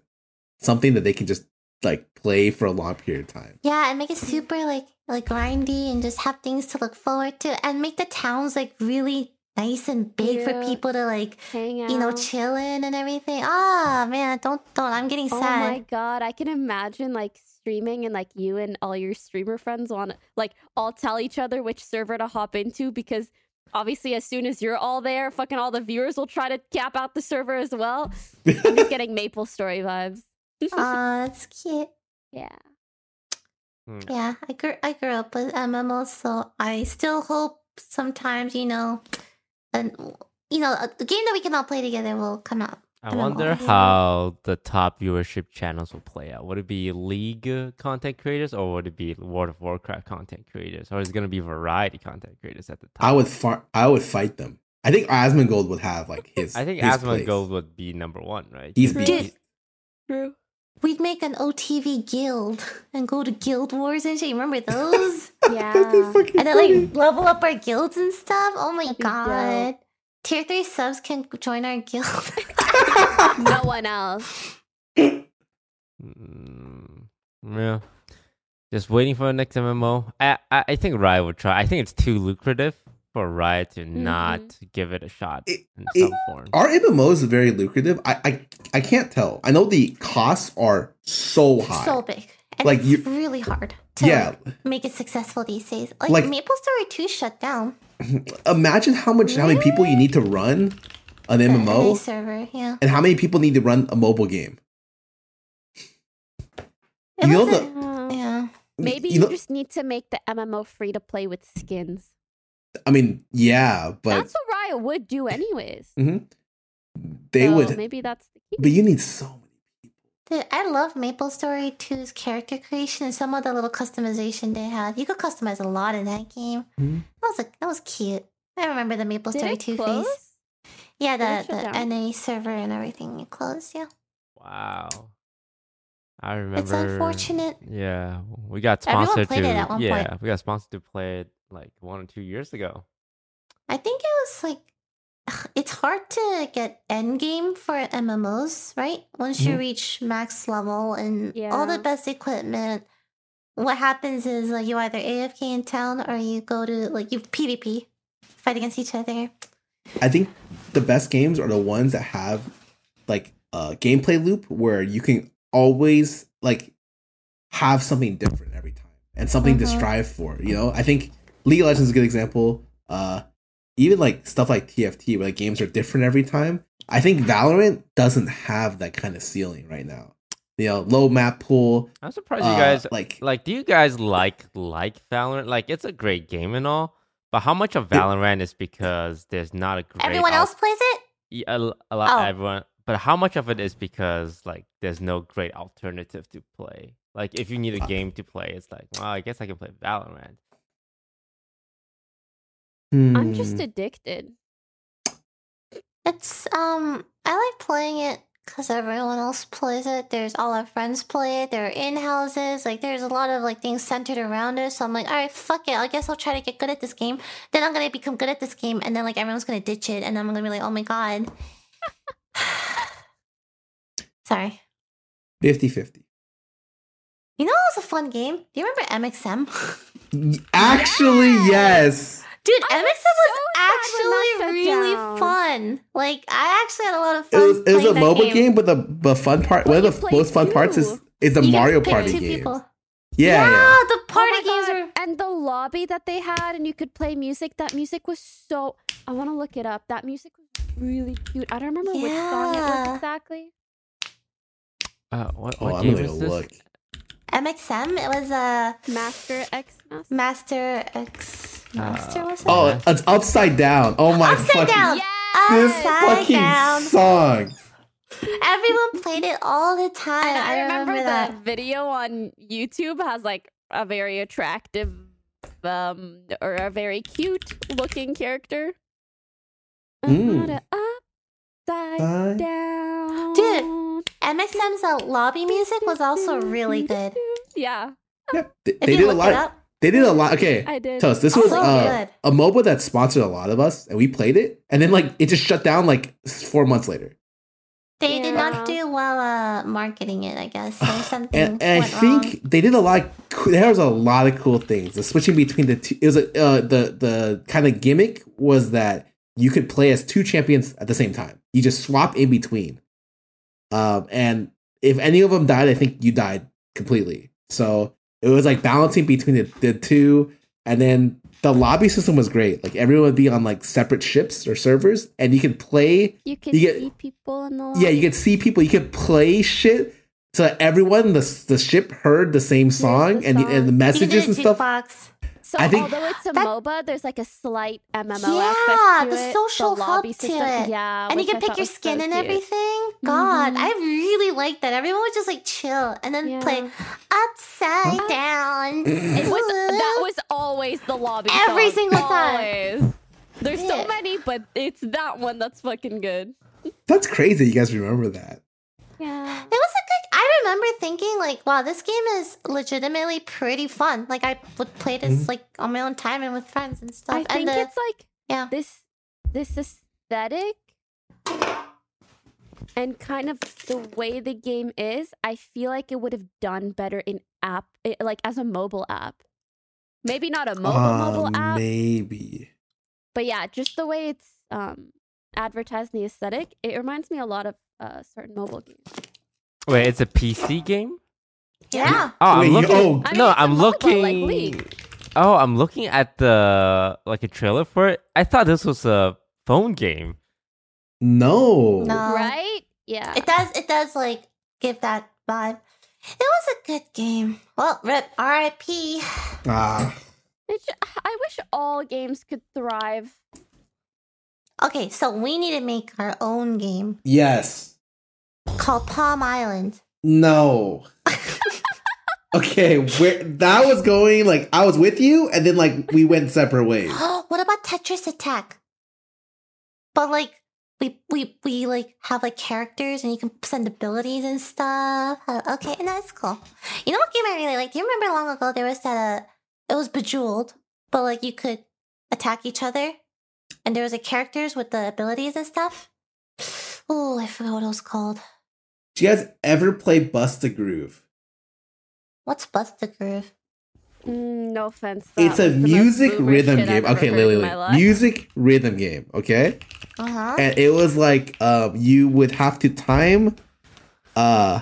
Speaker 3: Something that they can just like play for a long period of time.
Speaker 2: Yeah, and make
Speaker 4: Mm-hmm.
Speaker 2: it super like like grindy and just have things to look forward to and make the towns like really nice and big for
Speaker 4: Cute.
Speaker 2: people to like
Speaker 4: hang out.
Speaker 2: you know chill in and everything. Ah man, don't don't I'm getting
Speaker 4: Oh
Speaker 2: sad.
Speaker 4: my god, I can imagine like streaming and like you and all your streamer friends want to like all tell each other which server to hop into because obviously as soon as you're all there, fucking all the viewers will try to cap out the server as well. I'm just getting Maple Story vibes.
Speaker 2: Aw, that's cute.
Speaker 4: yeah.
Speaker 2: Yeah, I grew I grew up with MMOs, so I still hope sometimes you know, and you know, a a game that we can all play together will come out.
Speaker 1: I
Speaker 2: MMO.
Speaker 1: wonder how the top viewership channels will play out. Would it be League uh, content creators or would it be World of Warcraft content creators? Or is it going to be variety content creators at the top?
Speaker 3: I would far, I would fight them. I think Asmongold would have like his.
Speaker 1: I think
Speaker 3: his
Speaker 1: Asmongold
Speaker 3: place.
Speaker 1: would be number one, right?
Speaker 3: He's
Speaker 1: Because
Speaker 2: big.
Speaker 1: he-
Speaker 4: True.
Speaker 2: We'd make an OTV guild and go to guild wars and shit. Remember those?
Speaker 3: That'd be
Speaker 4: Yeah.
Speaker 3: fucking
Speaker 2: and then
Speaker 3: funny.
Speaker 2: like level up our guilds and stuff. Oh my
Speaker 4: That'd be dope.
Speaker 2: god. Tier 3 subs can join our guild.
Speaker 4: no one else.
Speaker 1: Mm, yeah. Just waiting for the next MMO. I, I, I think Riot would try. I think it's too lucrative for Riot to not
Speaker 2: Mm-hmm.
Speaker 1: give it a shot
Speaker 3: It-
Speaker 1: in
Speaker 3: it-
Speaker 1: some form.
Speaker 3: Are MMOs very lucrative? I, I I can't tell. I know the costs are so high.
Speaker 2: so big. And
Speaker 3: Like,
Speaker 2: it's
Speaker 3: you-
Speaker 2: really hard to
Speaker 3: yeah,
Speaker 2: like, make it successful these days. Like,
Speaker 3: Like-
Speaker 2: Maple Story 2 shut down.
Speaker 3: imagine how much how many people you need to run an
Speaker 2: the
Speaker 3: MMO.
Speaker 2: NA server, yeah.
Speaker 3: and how many people need to run a mobile game?
Speaker 2: It
Speaker 3: You know
Speaker 2: wasn't-
Speaker 4: Yeah.
Speaker 2: yeah.
Speaker 4: Maybe
Speaker 3: You
Speaker 4: you
Speaker 3: know-
Speaker 4: just need to make the MMO free to play with skins.
Speaker 3: I mean, yeah, but
Speaker 4: That's what Riot would do anyways.
Speaker 3: they
Speaker 4: So
Speaker 3: would.
Speaker 4: Maybe that's the key.
Speaker 3: But you need so many.
Speaker 2: Dude, I love Maple Story 2's character creation and some of the little customization they had. You could customize a lot in that game.
Speaker 3: Mhm.
Speaker 2: That was a, that was cute. I remember the Maple
Speaker 4: Hmm? Did
Speaker 2: Story
Speaker 4: it
Speaker 2: 2
Speaker 4: close?
Speaker 2: face. Yeah,
Speaker 4: Did it
Speaker 2: the,
Speaker 4: shut
Speaker 2: the
Speaker 4: down?
Speaker 2: NA server and everything it closed, yeah.
Speaker 1: Wow. I remember.
Speaker 2: unfortunate.
Speaker 1: Yeah, we got
Speaker 2: Everyone
Speaker 1: sponsored
Speaker 2: played it
Speaker 1: to.
Speaker 2: at one point.
Speaker 1: yeah, we got sponsored to play it like one or two years ago.
Speaker 2: I think it was like ugh, it's hard to get end game for MMOs, right? Once you
Speaker 3: Mhm.
Speaker 2: reach max level and all
Speaker 4: Yeah.
Speaker 2: the best equipment, what happens is like you either AFK in town or you go to like you PvP, fight against each other.
Speaker 3: I think the best games are the ones that have like a gameplay loop where you can always like have something different every time and something to
Speaker 4: Mm-hmm.
Speaker 2: Mhm.
Speaker 3: strive for. You know, I think League of Legends is a good example. Uh, even like stuff like TFT, where like games are different every time. I think Valorant doesn't have that kind of ceiling right now. You know, low map pool.
Speaker 1: I'm surprised
Speaker 3: uh,
Speaker 1: you guys
Speaker 3: like
Speaker 1: like. Do you guys like like Valorant? Like, it's a great game and all, but how much of Valorant is because there's not a great
Speaker 2: Everyone
Speaker 1: al-
Speaker 2: else plays it.
Speaker 1: y- a, l- a lot
Speaker 2: Oh.
Speaker 1: everyone but how much of it is because like there's no great alternative to play like if you need a
Speaker 3: Uh,
Speaker 1: game to play it's like well i guess i can play valorant
Speaker 4: I'm just
Speaker 3: hmm.
Speaker 4: addicted.
Speaker 2: It's um, I like playing it because everyone else plays it. There's all our friends play it. They're in houses. Like there's a lot of like things centered around it. So I'm like, all right, fuck it. I guess I'll try to get good at this game. Then I'm gonna become good at this game, and then like everyone's gonna ditch it, and I'm gonna be like, oh my god. Sorry.
Speaker 3: 50-50.
Speaker 2: You know, it was a fun game. Do you remember MXM?
Speaker 3: Actually, yes.
Speaker 2: Dude,
Speaker 4: I
Speaker 2: MXM
Speaker 4: was
Speaker 2: was
Speaker 4: so excited when that
Speaker 2: actually
Speaker 4: shut
Speaker 2: really
Speaker 4: down.
Speaker 2: fun. Like, I actually had a lot of
Speaker 3: It
Speaker 2: fun.
Speaker 3: was, it was a
Speaker 2: playing that
Speaker 3: mobile game. but the but fun part, one
Speaker 4: But
Speaker 3: of
Speaker 4: you
Speaker 3: the
Speaker 4: play
Speaker 3: most fun
Speaker 4: two.
Speaker 3: parts is is the
Speaker 2: You can
Speaker 3: Mario
Speaker 2: pick
Speaker 3: Party
Speaker 2: two
Speaker 3: game.
Speaker 2: people.
Speaker 3: Yeah, yeah.
Speaker 2: the
Speaker 4: Oh
Speaker 2: party
Speaker 4: my
Speaker 2: games
Speaker 4: God.
Speaker 2: were.
Speaker 4: and the lobby that they had, and you could play music. That music was so. I want to look it up. That music was really cute. I don't remember which song it
Speaker 2: Yeah.
Speaker 4: was exactly.
Speaker 1: Uh, what,
Speaker 3: Oh,
Speaker 1: what
Speaker 3: I'm
Speaker 1: game
Speaker 3: gonna
Speaker 1: is this?
Speaker 3: look.
Speaker 2: MXM, it was a
Speaker 4: Master X Master.
Speaker 2: Master X. Master, was it?
Speaker 3: Oh, it's upside down. Oh my
Speaker 2: Upside
Speaker 3: fucking
Speaker 2: Down.
Speaker 3: this
Speaker 2: Upside
Speaker 3: fucking
Speaker 2: Down.
Speaker 3: song.
Speaker 2: Everyone played it all the time.
Speaker 4: And I, remember, that.
Speaker 2: that.
Speaker 4: video on YouTube has like a very attractive um or a very cute looking character.
Speaker 3: Mm.
Speaker 4: Not a upside
Speaker 3: Uh,
Speaker 4: down.
Speaker 2: Dude, MXM's uh, lobby music was also really good.
Speaker 4: Yeah,
Speaker 3: yeah, they,
Speaker 2: If
Speaker 3: they
Speaker 2: you
Speaker 3: did a
Speaker 2: look
Speaker 3: lot.
Speaker 2: it up,
Speaker 3: They did a lot. Okay,
Speaker 4: I did.
Speaker 3: Toast. This
Speaker 2: Oh,
Speaker 3: was
Speaker 2: so
Speaker 3: uh,
Speaker 2: good.
Speaker 3: a MOBA that sponsored a lot of us, and we played it. And then like it just shut down like s- four months later.
Speaker 2: they did not
Speaker 4: Yeah.
Speaker 2: do well uh, marketing it, I guess. Or something
Speaker 3: And, and I
Speaker 2: went
Speaker 3: think
Speaker 2: wrong.
Speaker 3: they did a lot. Cool, there was a lot of cool things. The switching between the two. It was a, uh, the the kind of gimmick was that you could play as two champions at the same time. You just swap in between. Um, and if any of them died, I think you died completely. So it was like balancing between the, the two. And then the lobby system was great. Like everyone would be on like separate ships or servers, and you could play
Speaker 4: You can
Speaker 3: you get-
Speaker 4: see people in the
Speaker 3: yeah, you
Speaker 4: lobby.
Speaker 3: could see people. You could play shit so everyone the the ship heard the same song
Speaker 4: the
Speaker 3: and the, and the
Speaker 4: song.
Speaker 2: You
Speaker 3: messages
Speaker 2: can
Speaker 3: and
Speaker 2: do a
Speaker 3: stuff.
Speaker 2: jukebox.
Speaker 4: So
Speaker 3: I think-
Speaker 4: although it's a
Speaker 2: That-
Speaker 4: MOBA, there's like a slight MMO
Speaker 2: Yeah,
Speaker 4: aspect to
Speaker 2: the
Speaker 4: it.
Speaker 2: social hub
Speaker 4: lobby
Speaker 2: to it.
Speaker 4: Yeah,
Speaker 2: and you
Speaker 4: Oh, which
Speaker 2: can
Speaker 4: I
Speaker 2: pick
Speaker 4: thought
Speaker 2: your
Speaker 4: was so
Speaker 2: skin and
Speaker 4: cute.
Speaker 2: everything. God,
Speaker 4: Mhm.
Speaker 2: I really liked that. Everyone would just like chill and then play
Speaker 4: Yeah.
Speaker 2: upside
Speaker 4: Huh?
Speaker 2: down.
Speaker 4: It was that was always the lobby.
Speaker 2: Every
Speaker 4: song.
Speaker 2: single time.
Speaker 4: Always. There's
Speaker 2: Yeah.
Speaker 4: so many, but it's that one that's fucking good.
Speaker 3: That's crazy. You guys remember that?
Speaker 4: Yeah.
Speaker 2: It was a good. I remember thinking like, wow, this game is legitimately pretty fun. Like I would play this like on my own time and with friends and stuff.
Speaker 4: I think
Speaker 2: and the,
Speaker 4: it's like
Speaker 2: yeah.
Speaker 4: this this aesthetic and kind of the way the game is. I feel like it would have done better in app, i- like as a mobile app. Maybe not a mobile
Speaker 3: Ah,
Speaker 4: mobile app,
Speaker 3: maybe.
Speaker 4: but yeah, just the way it's um advertised and the aesthetic. It reminds me a lot of uh, certain mobile games.
Speaker 1: Wait, it's a PC game.
Speaker 2: yeah.
Speaker 1: Oh,
Speaker 3: Wait,
Speaker 1: I'm looking.
Speaker 3: oh.
Speaker 4: I mean,
Speaker 1: no,
Speaker 4: it's a
Speaker 1: I'm
Speaker 4: MOBA, like,
Speaker 1: looking.
Speaker 4: League.
Speaker 1: oh, I'm looking at the like a trailer for it. I thought this was a phone game.
Speaker 3: No.
Speaker 2: No.
Speaker 4: right? Yeah.
Speaker 2: Uh, It does. It does like give that vibe. It was a good game. Well, rip. R.I.P.
Speaker 3: Ah,
Speaker 4: It ju- I wish all games could thrive.
Speaker 2: Okay, so we need to make our own game
Speaker 3: yes.
Speaker 2: called Palm Island.
Speaker 3: No. okay, where that was going? Like I was with you, and then like we went separate ways.
Speaker 2: what about Tetris Attack? But like we we we like have like characters and you can send abilities and stuff. Uh, okay, and that's cool. You know what game I really like? Do you remember long ago there was that uh, it was Bejeweled, but like you could attack each other, and there was like characters with the abilities and stuff. Oh, I forgot what it was called.
Speaker 3: Do you guys ever play Bust a Groove?
Speaker 2: What's Bust the Groove?
Speaker 4: Mm, no offense.
Speaker 3: it's a music rhythm game. Okay, Lily, Lily.
Speaker 4: You-
Speaker 3: music rhythm game. Okay.
Speaker 2: Uh huh.
Speaker 3: and it was like um you would have to time uh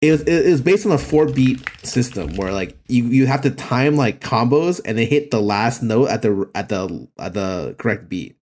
Speaker 3: it was it was based on a four beat system where like you you have to time like combos and they hit the last note at the at the at the correct beat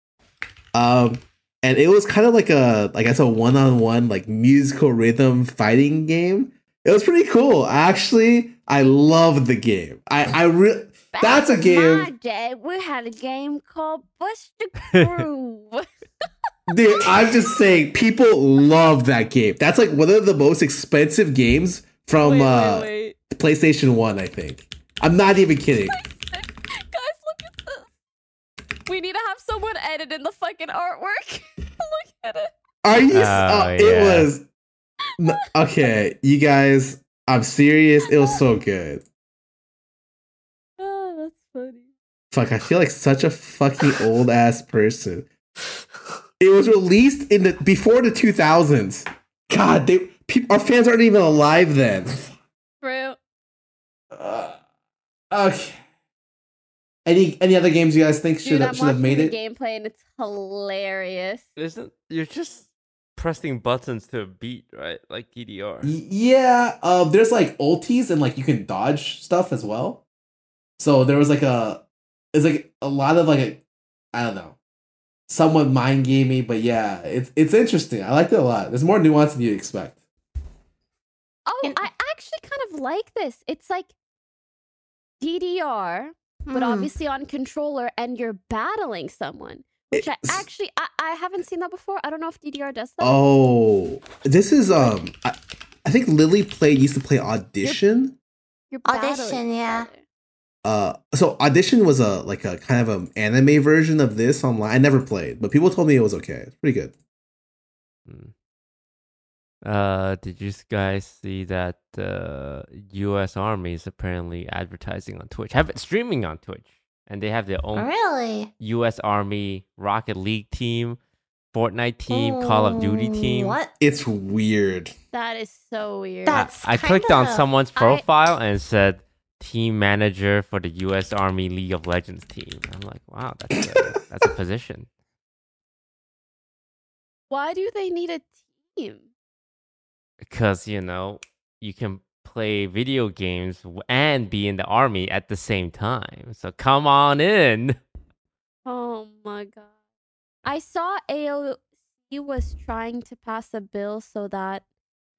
Speaker 3: um and it was kind of like a like I said one on one like musical rhythm fighting game it was pretty cool actually I loved the game I I re- That's a game.
Speaker 4: My day, we had a game called Bust the Groove.
Speaker 3: Dude, I'm just saying, people love that game. That's like one of the most expensive games from uh,
Speaker 4: wait.
Speaker 3: PlayStation One, I think. I'm not even kidding.
Speaker 4: Guys, look at this. We need to have someone edit in the fucking artwork. look at it.
Speaker 3: Are you? s-
Speaker 1: Oh,
Speaker 3: oh,
Speaker 1: yeah.
Speaker 3: It was N- okay, you guys. I'm serious. It was so good.
Speaker 4: Oh, that's funny.
Speaker 3: Fuck, I feel like such a fucking old ass person. It was released in the before the 2000s. God, they peop our fans aren't even alive then.
Speaker 4: True.
Speaker 3: Uh, okay. Any any other games you guys think should
Speaker 4: Dude, I'm
Speaker 3: have, should have
Speaker 4: watching
Speaker 3: made it?
Speaker 4: the gameplay and it's hilarious.
Speaker 1: Isn't you're just pressing buttons to a beat, right? Like E DDR.
Speaker 3: Y- Yeah, uh, there's like ulties and like you can dodge stuff as well. So there was like a, it's like a lot of like a, I don't know, somewhat mind gamey, but yeah, it's it's interesting. I liked it a lot. There's more nuance than you expect.
Speaker 4: Oh,
Speaker 2: And-
Speaker 4: I actually kind of like this. It's like DDR, but
Speaker 2: Mm.
Speaker 4: obviously on controller and you're battling someone. Which I
Speaker 3: It's-
Speaker 4: actually I, I haven't seen that before. I don't know if DDR does that.
Speaker 3: Oh, this is um, I, I think Lily played used to play Audition.
Speaker 4: You're
Speaker 2: Audition, yeah.
Speaker 4: each other.
Speaker 3: Uh, so Audition was a like a kind of an anime version of this online. I never played, but people told me it was okay. It's pretty good.
Speaker 1: Mm. Uh, did you guys see that uh, U.S. Army is apparently advertising on Twitch? Have it streaming on Twitch, and they have their own
Speaker 2: Oh, Really?
Speaker 1: U.S. Army Rocket League team, Fortnite team, Call of Duty
Speaker 2: Mm,
Speaker 1: team.
Speaker 2: What?
Speaker 3: It's weird.
Speaker 4: That is so weird.
Speaker 1: I-
Speaker 2: That's
Speaker 1: I, clicked on
Speaker 2: kinda-
Speaker 1: someone's
Speaker 4: I-
Speaker 1: profile and said team manager for the U.S. Army League of Legends team. I'm like, wow, that's a, that's a position.
Speaker 4: Why do they need a team?
Speaker 1: because you know you can play video games w- and be in the army at the same time. So come on in.
Speaker 4: Oh my god. I saw AOC was trying to pass a bill so that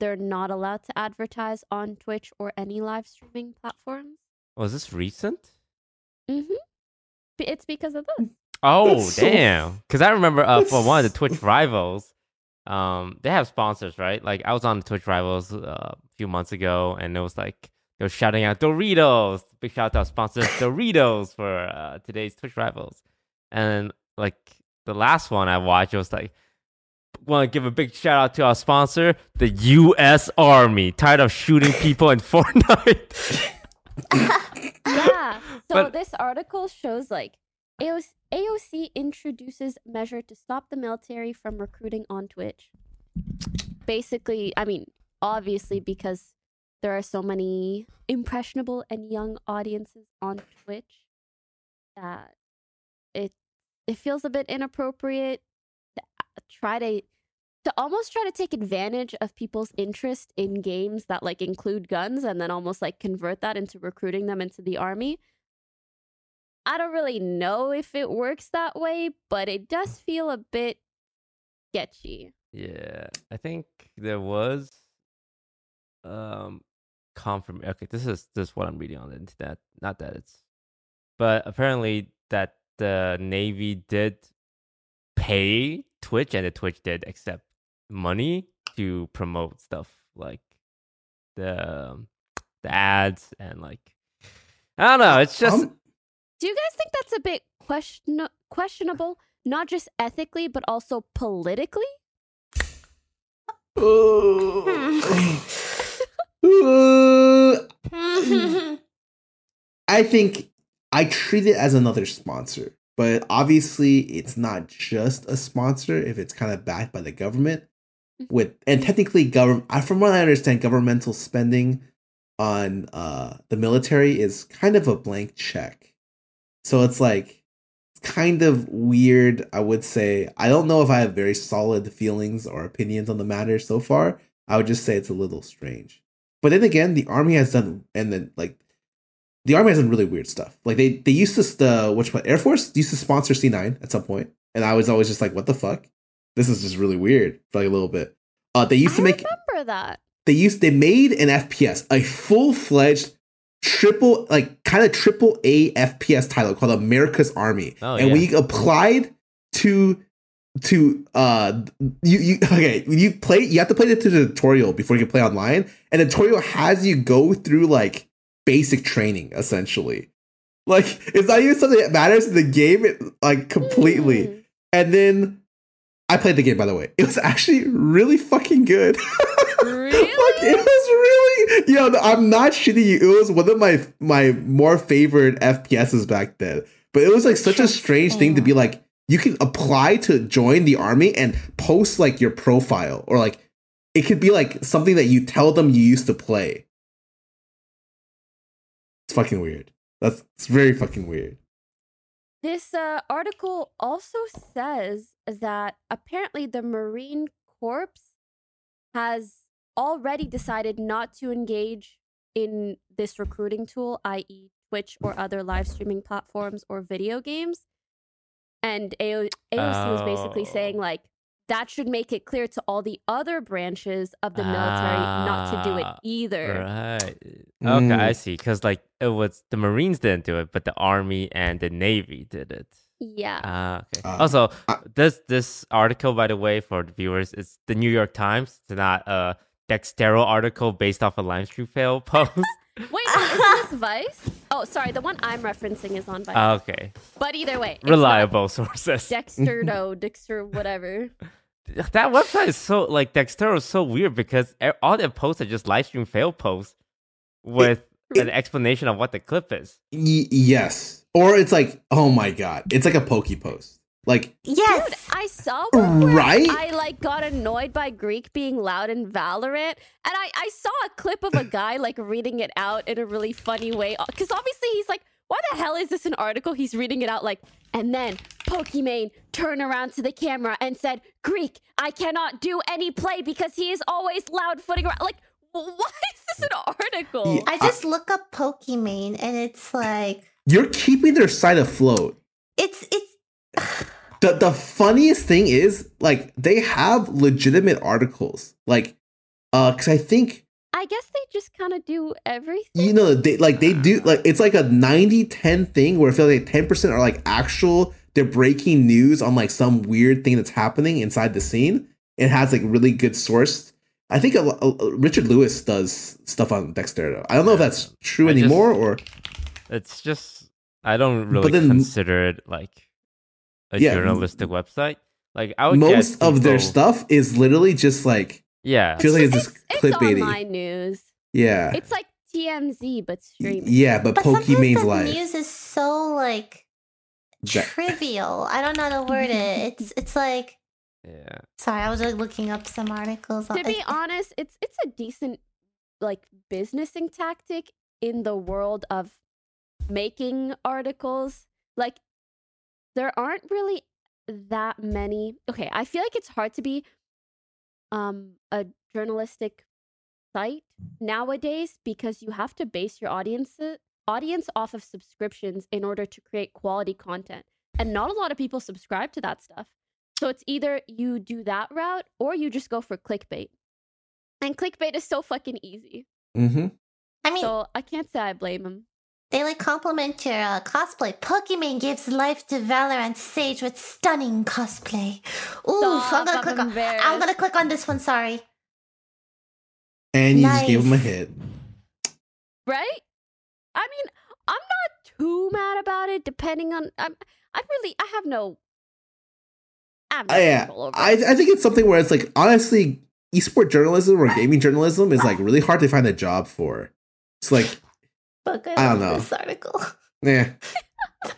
Speaker 4: they're not allowed to advertise on Twitch or any live streaming platforms.
Speaker 1: Was this recent?
Speaker 4: Mm-hmm. It's because of this.
Speaker 1: Oh
Speaker 3: That's so f-
Speaker 1: damn! Because I remember uh, for one of the
Speaker 3: that's-
Speaker 1: Twitch rivals, um, they have sponsors, right? Like I was on the Twitch rivals uh, a few months ago, and it was like they were shouting out Doritos. Big shout out sponsors Doritos for uh, today's Twitch rivals. And like the last one I watched, it was like, want to give a big shout out to our sponsor, the U.S. Army. Tired of shooting people in Fortnite.
Speaker 4: Yeah. So
Speaker 1: But-
Speaker 4: this article shows like AOC, AOC introduces measure to stop the military from recruiting on Twitch. Basically, I mean, obviously because there are so many impressionable and young audiences on Twitch that it it feels a bit inappropriate to a- try to to almost try to take advantage of people's interest in games that like include guns and then almost like convert that into recruiting them into the army. I don't really know if it works that way, but it does feel a bit sketchy.
Speaker 1: Yeah, I think there was um confirm okay, this is this is what I'm reading on the internet. Not that it's but apparently that the Navy did pay Twitch and the Twitch did accept money to promote stuff like the um, the ads and like I don't know, it's just
Speaker 3: Um,
Speaker 4: Do you guys think that's a bit question questionable, not just ethically but also politically?
Speaker 3: Ooh. I think I treat it as another sponsor, but obviously it's not just a sponsor if it's kind of backed by the government. With and technically, government from what I understand, governmental spending on uh, the military is kind of a blank check. So it's like it's kind of weird. I would say I don't know if I have very solid feelings or opinions on the matter so far. I would just say it's a little strange. But then again, the army has done and then like the army has some really weird stuff. Like they they used to the which one Air Force used to sponsor C nine at some point, and I was always just like, what the fuck? This is just really weird for like a little bit. Uh, they used to
Speaker 4: I
Speaker 3: make
Speaker 4: remember that.
Speaker 3: they used they made an FPS, a full fledged triple like kind of triple A FPS title called America's Army,
Speaker 1: Oh,
Speaker 3: and
Speaker 1: yeah.
Speaker 3: we applied to to uh you you okay when you play you have to play the tutorial before you can play online and the tutorial has you go through like basic training essentially like it's not even something that matters in the game like completely
Speaker 4: Mm.
Speaker 3: and then I played the game by the way it was actually really fucking good like
Speaker 4: Really?
Speaker 3: it was really you know i'm not shitting you it was one of my my more favored fps's back then but it was like such a strange thing to be like you can apply to join the army and post like your profile or like it could be like something that you tell them you used to play it's fucking weird that's it's very fucking weird
Speaker 4: This uh, article also says that apparently the Marine Corps has already decided not to engage in this recruiting tool, i.e., Twitch or other live streaming platforms or video games. And AO- AOC was basically
Speaker 1: Oh.
Speaker 4: saying, like, that should make it clear to all the other branches of the military not to do it
Speaker 1: Ah,
Speaker 4: either.
Speaker 1: Right. Okay,
Speaker 3: eh, Mm.
Speaker 1: I see. Because like it was the Marines didn't do it, but the Army and the Navy did it.
Speaker 4: Yeah.
Speaker 1: Ah, okay.
Speaker 3: Ah.
Speaker 1: also,
Speaker 3: Ah.
Speaker 1: this this article, by the way, for the viewers, it's the New York Times. It's not a Dextero article based off a live stream fail post.
Speaker 4: Wait, is this Vice? Oh, sorry, the one I'm referencing is on Vice.
Speaker 1: Ah, okay,
Speaker 4: but either way, it's
Speaker 1: reliable sources.
Speaker 4: not Dexterdo, Dexter, whatever.
Speaker 1: that website is so like Dextero is so weird because e- all their posts are just live stream fail posts with an explanation of what the clip is.
Speaker 3: Y- yes. Or it's like, oh my god, it's like a pokey post. Like,
Speaker 4: Dude,
Speaker 2: Yes.
Speaker 4: I saw one where
Speaker 3: right?
Speaker 4: I like got annoyed by Greek being loud in Valorant, and I I saw a clip of a guy like reading it out in a really funny way because obviously he's like, why the hell is this an article? He's reading it out like, and then Pokimane turned around to the camera and said, Greek, I cannot do any play because he is always loud footing around. Like, wh- why is this an article?
Speaker 3: Yeah.
Speaker 2: I just look up Pokimane and it's like
Speaker 3: You're keeping their site afloat.
Speaker 2: it's it's
Speaker 3: The the funniest thing is, like, they have legitimate articles. Like, uh, cause I think
Speaker 4: I guess they just kind of do everything.
Speaker 3: you know they like they do like it's like a 90 10 thing where i feel like 10% are like actual they're breaking news on like some weird thing that's happening inside the scene it has like really good source i think a, lo- a- richard lewis does stuff on dexter i don't know if that's true
Speaker 1: I just-
Speaker 3: anymore
Speaker 1: It's just I don't really
Speaker 3: But then-
Speaker 1: consider it like a
Speaker 3: Yeah.
Speaker 1: journalistic website. Like I
Speaker 3: or
Speaker 1: would
Speaker 3: most
Speaker 1: guess
Speaker 3: of their
Speaker 1: people-
Speaker 3: stuff is literally just like
Speaker 1: Yeah,
Speaker 3: feels like it's just
Speaker 4: it's
Speaker 3: clickbaity
Speaker 4: online news.
Speaker 3: yeah
Speaker 4: It's like TMZ but streaming.
Speaker 3: yeah but,
Speaker 2: but sometimes
Speaker 3: pokemon's
Speaker 2: the
Speaker 3: live
Speaker 2: news is so like
Speaker 3: That-
Speaker 2: trivial. I don't know how to word it. It's it's like
Speaker 1: yeah.
Speaker 2: sorry, I was like looking up some articles.
Speaker 4: To be
Speaker 2: It's-
Speaker 4: honest, it's it's a decent like businessing tactic in the world of making articles. Like there aren't really that many. Okay, I feel like it's hard to be um a journalistic site nowadays because you have to base your audience audience off of subscriptions in order to create quality content. And not a lot of people subscribe to that stuff. So it's either you do that route or you just go for clickbait. And clickbait is so fucking easy.
Speaker 3: hmm
Speaker 2: I mean,
Speaker 4: So I can't say I blame him.
Speaker 2: They like compliment your uh, cosplay. Pokemon gives life to Valorant Sage with stunning cosplay. Ooh, I'm gonna click on. I'm gonna click on this one. Sorry.
Speaker 3: and you just
Speaker 2: Nice.
Speaker 3: gave them a hit
Speaker 4: Right? I mean, I'm not too mad about it. Depending on, I'm, I really, I have no. I have no
Speaker 3: I-
Speaker 4: control over
Speaker 3: Oh, I,
Speaker 4: it.
Speaker 3: I think it's something where it's like honestly, esport journalism or gaming journalism is like really hard to find a job for. It's like, eh.
Speaker 2: But I,
Speaker 3: I
Speaker 2: love
Speaker 3: don't know.
Speaker 2: this article.
Speaker 3: yeah,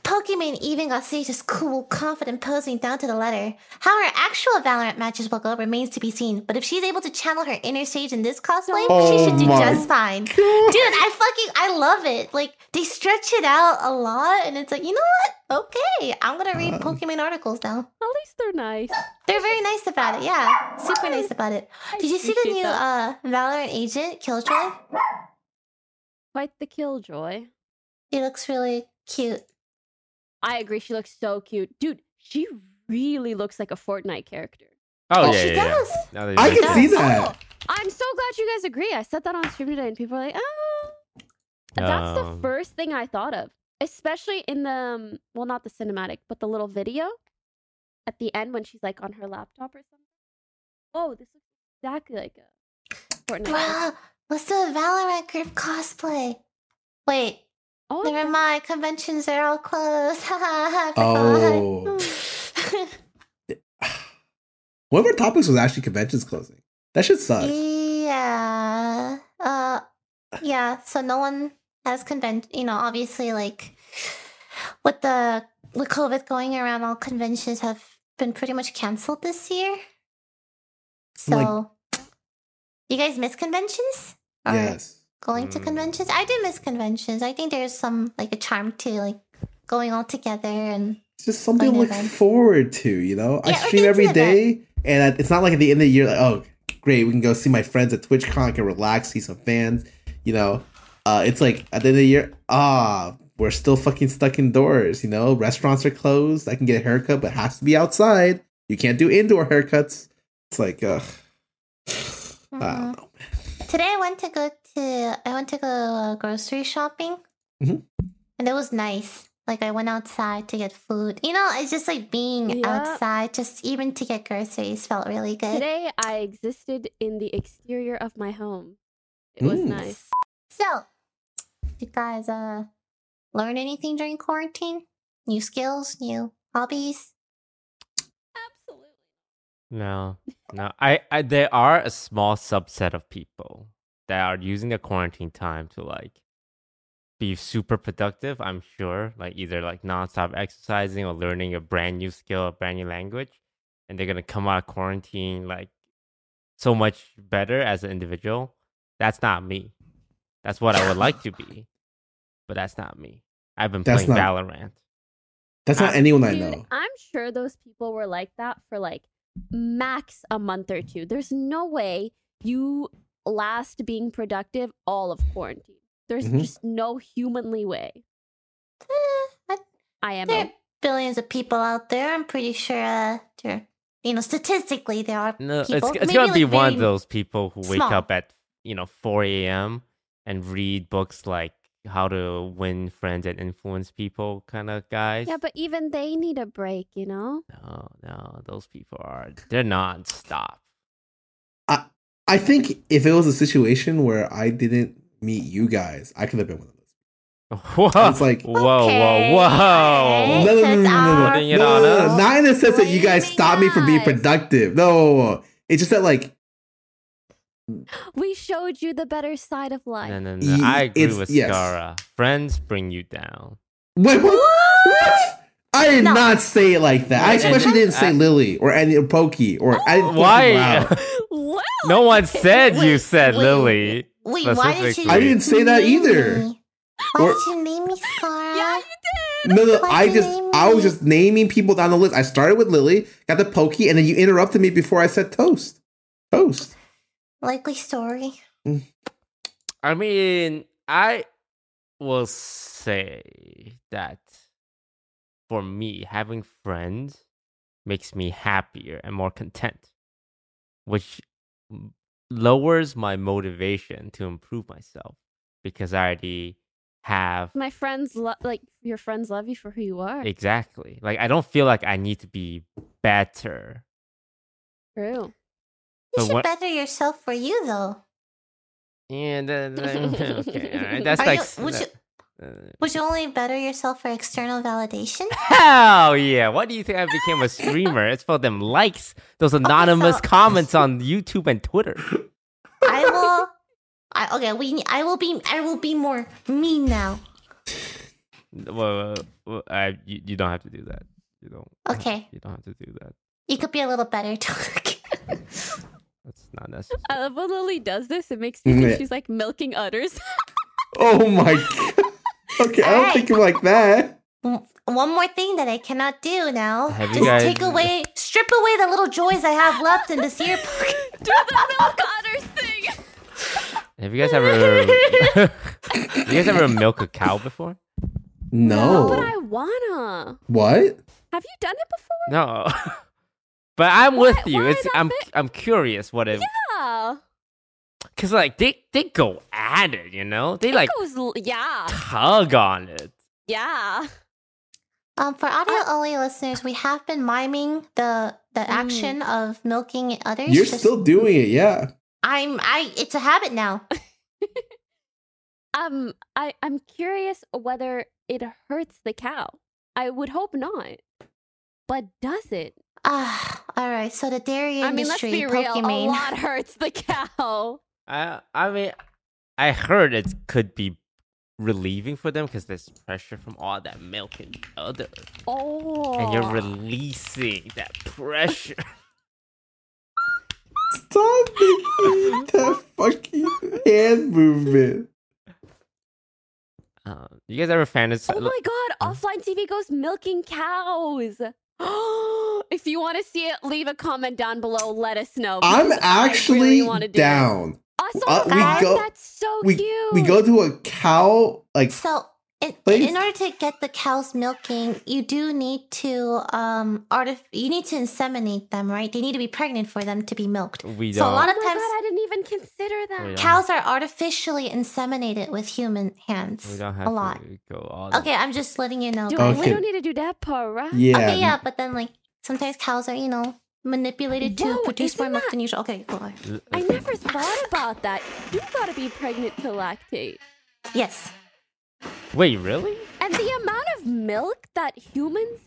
Speaker 2: Pokemon even got Sage's cool, confident posing down to the letter. How her actual Valorant matches will go remains to be seen. But if she's able to channel her inner Sage in this cosplay, she
Speaker 3: Oh
Speaker 2: should do
Speaker 3: my
Speaker 2: just fine. Dude, I fucking I love it. Like they stretch it out a lot, and it's like you know what? Okay, I'm gonna read
Speaker 3: Um.
Speaker 2: Pokemon articles now.
Speaker 4: At least they're nice.
Speaker 2: They're very nice about it. Yeah, super nice about it.
Speaker 4: I
Speaker 2: Did you see the
Speaker 4: appreciate
Speaker 2: new
Speaker 4: that.
Speaker 2: uh, Valorant agent, Killjoy?
Speaker 4: fight the killjoy?
Speaker 2: He looks really cute.
Speaker 4: I agree. She looks so cute, dude. She really looks like a Fortnite character.
Speaker 1: Oh,
Speaker 2: Oh,
Speaker 1: yeah,
Speaker 2: she
Speaker 1: yeah, yeah.
Speaker 2: does.
Speaker 1: Now that "Oh,
Speaker 3: I
Speaker 1: you
Speaker 3: can
Speaker 1: mention
Speaker 3: see
Speaker 1: it.
Speaker 3: that.
Speaker 4: I'm so glad you guys agree. I said that on stream today, and people are like, "Oh, that's the
Speaker 1: Um,
Speaker 4: first thing I thought of." Especially in the um, well, not the cinematic, but the little video at the end when she's like on her laptop or something. Oh, this looks exactly like a Fortnite. character.
Speaker 2: Bruh, let's do a Valorant group cosplay. Wait,
Speaker 4: Oh,
Speaker 2: never
Speaker 4: okay.
Speaker 2: mind. Conventions are all closed. I forgot.
Speaker 3: Oh, one of our topics was actually conventions closing. That should suck.
Speaker 2: yeah. Uh, yeah. So no one has convention. You know, obviously, like with the with COVID going around, all conventions have been pretty much canceled this year. So,
Speaker 3: Like-
Speaker 2: you guys miss conventions? Or
Speaker 3: Yes,
Speaker 2: Going to
Speaker 1: Mm.
Speaker 2: conventions? I do miss conventions. I think there's some like a charm to like going all together and
Speaker 3: It's just something to look
Speaker 2: Whenever.
Speaker 3: forward to, you know? I
Speaker 2: Yeah, we're
Speaker 3: stream
Speaker 2: gonna
Speaker 3: every
Speaker 2: do that.
Speaker 3: day, and I- it's not like at the end of the year, like, oh, great, we can go see my friends at TwitchCon, I can relax, see some fans, you know? Uh, it's like at the end of the year, ah, we're still fucking stuck indoors, you know? Restaurants are closed, I can get a haircut, but it has to be outside. You can't do indoor haircuts. It's like, ugh. I
Speaker 2: Mhm.
Speaker 3: don't know.
Speaker 2: Today I went to go to I went to go uh, grocery shopping,
Speaker 3: Mhm.
Speaker 2: and it was nice. Like I went outside to get food. You know, it's just like being
Speaker 4: Yeah.
Speaker 2: outside, just even to get groceries, felt really good.
Speaker 4: Today I existed in the exterior of my home. It was
Speaker 3: Mm.
Speaker 4: nice.
Speaker 2: So, you guys uh learn anything during quarantine? New skills, new hobbies?
Speaker 4: Absolutely.
Speaker 1: No, no. I, I there are a small subset of people that are using the quarantine time to like be super productive. I'm sure, like either like nonstop exercising or learning a brand new skill, a brand new language, and they're gonna come out of quarantine like so much better as an individual. That's not me. That's what I would like to be, but that's not me. I've been
Speaker 3: That's
Speaker 1: playing
Speaker 3: not-
Speaker 1: Valorant.
Speaker 3: That's not anyone I
Speaker 4: Dude,
Speaker 3: know.
Speaker 4: I'm sure those people were like that for like max a month or two. There's no way you last being productive all of quarantine. There's
Speaker 3: Mhm.
Speaker 4: just no humanly way.
Speaker 2: Eh, I-
Speaker 4: I am.
Speaker 2: there are billions of people out there. I'm pretty sure uh, there, you know, statistically there are
Speaker 1: No,
Speaker 2: people.
Speaker 1: it's, it's
Speaker 2: Maybe,
Speaker 1: gonna be
Speaker 2: like,
Speaker 1: one of
Speaker 2: very-
Speaker 1: those people who wake
Speaker 2: small.
Speaker 1: up at you know 4 a.m. and read books like how to win friends and influence people kind of guys.
Speaker 4: Yeah, but even they need a break, you know?
Speaker 1: no, no, those people are they're not stop.
Speaker 3: I think if it was a situation where I didn't meet you guys, I could have been one of those.
Speaker 1: Whoa,
Speaker 3: It's like-
Speaker 1: whoa,
Speaker 2: Okay,
Speaker 1: whoa, whoa.
Speaker 2: okay.
Speaker 3: no, no,
Speaker 2: so
Speaker 3: no,
Speaker 2: it's
Speaker 3: no, no,
Speaker 2: our
Speaker 3: no,
Speaker 1: Putting it
Speaker 3: no,
Speaker 1: on
Speaker 3: no, no,
Speaker 1: us.
Speaker 3: Not in the sense that you guys
Speaker 4: Blaming
Speaker 3: stopped me from being
Speaker 4: us.
Speaker 3: productive. No, it's just that like
Speaker 4: We showed you the better side of life.
Speaker 1: No, no, no. I
Speaker 3: Ye-
Speaker 1: agree
Speaker 3: it's-
Speaker 1: with
Speaker 3: yes.
Speaker 1: Skara. Friends bring you down.
Speaker 3: wait, what? what? I did
Speaker 2: No.
Speaker 3: not say it like that. I Oh.
Speaker 1: Yeah,
Speaker 3: especially
Speaker 1: yeah.
Speaker 3: didn't say
Speaker 1: Uh,
Speaker 3: Lily or any or Pokey or I didn't
Speaker 1: Why?
Speaker 3: wow.
Speaker 4: Well,
Speaker 1: no one said you
Speaker 2: Wait,
Speaker 1: said
Speaker 2: wait.
Speaker 1: Lily.
Speaker 2: Wait, why did you?
Speaker 1: Specifically. I
Speaker 3: didn't say that
Speaker 2: name
Speaker 3: either.
Speaker 2: me? Why
Speaker 3: Or-
Speaker 2: did you name me Scar?
Speaker 4: yeah, you did.
Speaker 3: No, no,
Speaker 2: Why
Speaker 3: I
Speaker 2: did you
Speaker 3: just
Speaker 2: name
Speaker 3: I was
Speaker 2: me?
Speaker 3: just naming people down the list. I started with Lily, got the Pokey, and then you interrupted me before I said toast. Toast.
Speaker 2: Likely story.
Speaker 1: I mean, I will say that for me, having friends makes me happier and more content, which m- lowers my motivation to improve myself because I already have
Speaker 4: My friends love, like, your friends love you for who you are.
Speaker 1: exactly. Like, I don't feel like I need to be better.
Speaker 4: True.
Speaker 2: You
Speaker 1: So
Speaker 2: should
Speaker 1: what-
Speaker 2: better yourself for you though.
Speaker 1: And then, okay, all right. That's
Speaker 2: Are
Speaker 1: like.
Speaker 2: you-
Speaker 1: s-
Speaker 2: would you-
Speaker 1: uh,
Speaker 2: Would you only better yourself for external validation?
Speaker 1: Hell yeah! Why do you think I became a streamer? It's for them likes, those anonymous
Speaker 2: so-
Speaker 1: comments on YouTube and Twitter.
Speaker 2: I will. I okay. We. I will be. I will be more mean now.
Speaker 1: Well, well, I, you, you don't have to do that. You don't.
Speaker 2: Okay.
Speaker 1: You don't have to do that.
Speaker 2: You could be a little better. Too.
Speaker 1: That's not necessary.
Speaker 4: I love when Uh, Lily does this. It makes me
Speaker 3: Mm, Yeah.
Speaker 4: think she's like milking udders.
Speaker 3: Oh my god. Okay, I don't
Speaker 2: Hey.
Speaker 3: think you're like that.
Speaker 2: One more thing that I cannot do now.
Speaker 1: Have you
Speaker 2: Just
Speaker 1: guys-
Speaker 2: take away, strip away the little joys I have left in this year.
Speaker 4: Do the milk udders thing.
Speaker 1: Have you guys ever? you guys ever milk a cow before?
Speaker 3: No.
Speaker 4: But I wanna.
Speaker 3: what?
Speaker 4: Have you done it before?
Speaker 1: No. but I'm with
Speaker 4: Why-
Speaker 1: you.
Speaker 4: why
Speaker 1: It's
Speaker 4: not
Speaker 1: I'm
Speaker 4: mi-
Speaker 1: I'm curious what it
Speaker 4: Yeah.
Speaker 1: because like they they go at it, you know? They like
Speaker 4: It was l- yeah.
Speaker 1: tug on it.
Speaker 4: Yeah.
Speaker 2: Um, for audio only listeners, we have been miming the the action of milking others.
Speaker 3: You're
Speaker 2: Just-
Speaker 3: still doing it, yeah.
Speaker 2: I'm. I. It's a habit now.
Speaker 4: Um, I, I'm curious whether it hurts the cow. I would hope not. But does it?
Speaker 2: Ah. all right. So the dairy
Speaker 4: I mean, let's
Speaker 2: industry,
Speaker 4: be real.
Speaker 2: Pokemon.
Speaker 4: A lot hurts the cow.
Speaker 1: I I mean, I heard it could be relieving for them because there's pressure from all that milk and other,
Speaker 4: Oh.
Speaker 1: and you're releasing that pressure.
Speaker 3: Stop making that fucking hand movement.
Speaker 1: Uh, you guys ever fantasy?
Speaker 4: Oh my god,
Speaker 1: um
Speaker 4: offline TV goes milking cows. if you want to see it, leave a comment down below. Let us know.
Speaker 3: I'm
Speaker 4: because I
Speaker 3: actually
Speaker 4: really wanna do it.
Speaker 3: down.
Speaker 4: Awesome,
Speaker 3: Uh,
Speaker 2: we
Speaker 4: guys,
Speaker 3: go-
Speaker 4: that's so cute.
Speaker 3: We go to a cow like
Speaker 2: So, in,
Speaker 3: Please.
Speaker 2: in order to get the cows milking, you do need to um artif- You need to inseminate them, right? They need to be pregnant for them to be milked.
Speaker 1: We
Speaker 2: So a
Speaker 1: don't.
Speaker 2: lot
Speaker 4: Oh
Speaker 2: of
Speaker 4: my
Speaker 2: times-
Speaker 4: god, I didn't even consider that.
Speaker 1: Wait,
Speaker 2: Cows are artificially inseminated with human hands.
Speaker 1: we don't have
Speaker 2: a lot.
Speaker 1: to go all. the-
Speaker 2: Okay, I'm just letting you know.
Speaker 4: Dude,
Speaker 2: guys.
Speaker 4: we don't need to do that part, right?
Speaker 3: yeah.
Speaker 2: Okay, yeah, but then like sometimes cows are you know manipulated to
Speaker 4: Whoa,
Speaker 2: produce more
Speaker 4: isn't
Speaker 2: milk
Speaker 4: that-
Speaker 2: than usual. Okay, go on.
Speaker 1: L-
Speaker 4: I
Speaker 1: uh,
Speaker 4: never thought about that. You gotta be pregnant to lactate.
Speaker 2: yes,
Speaker 1: Wait, really?
Speaker 4: And the amount of milk that humans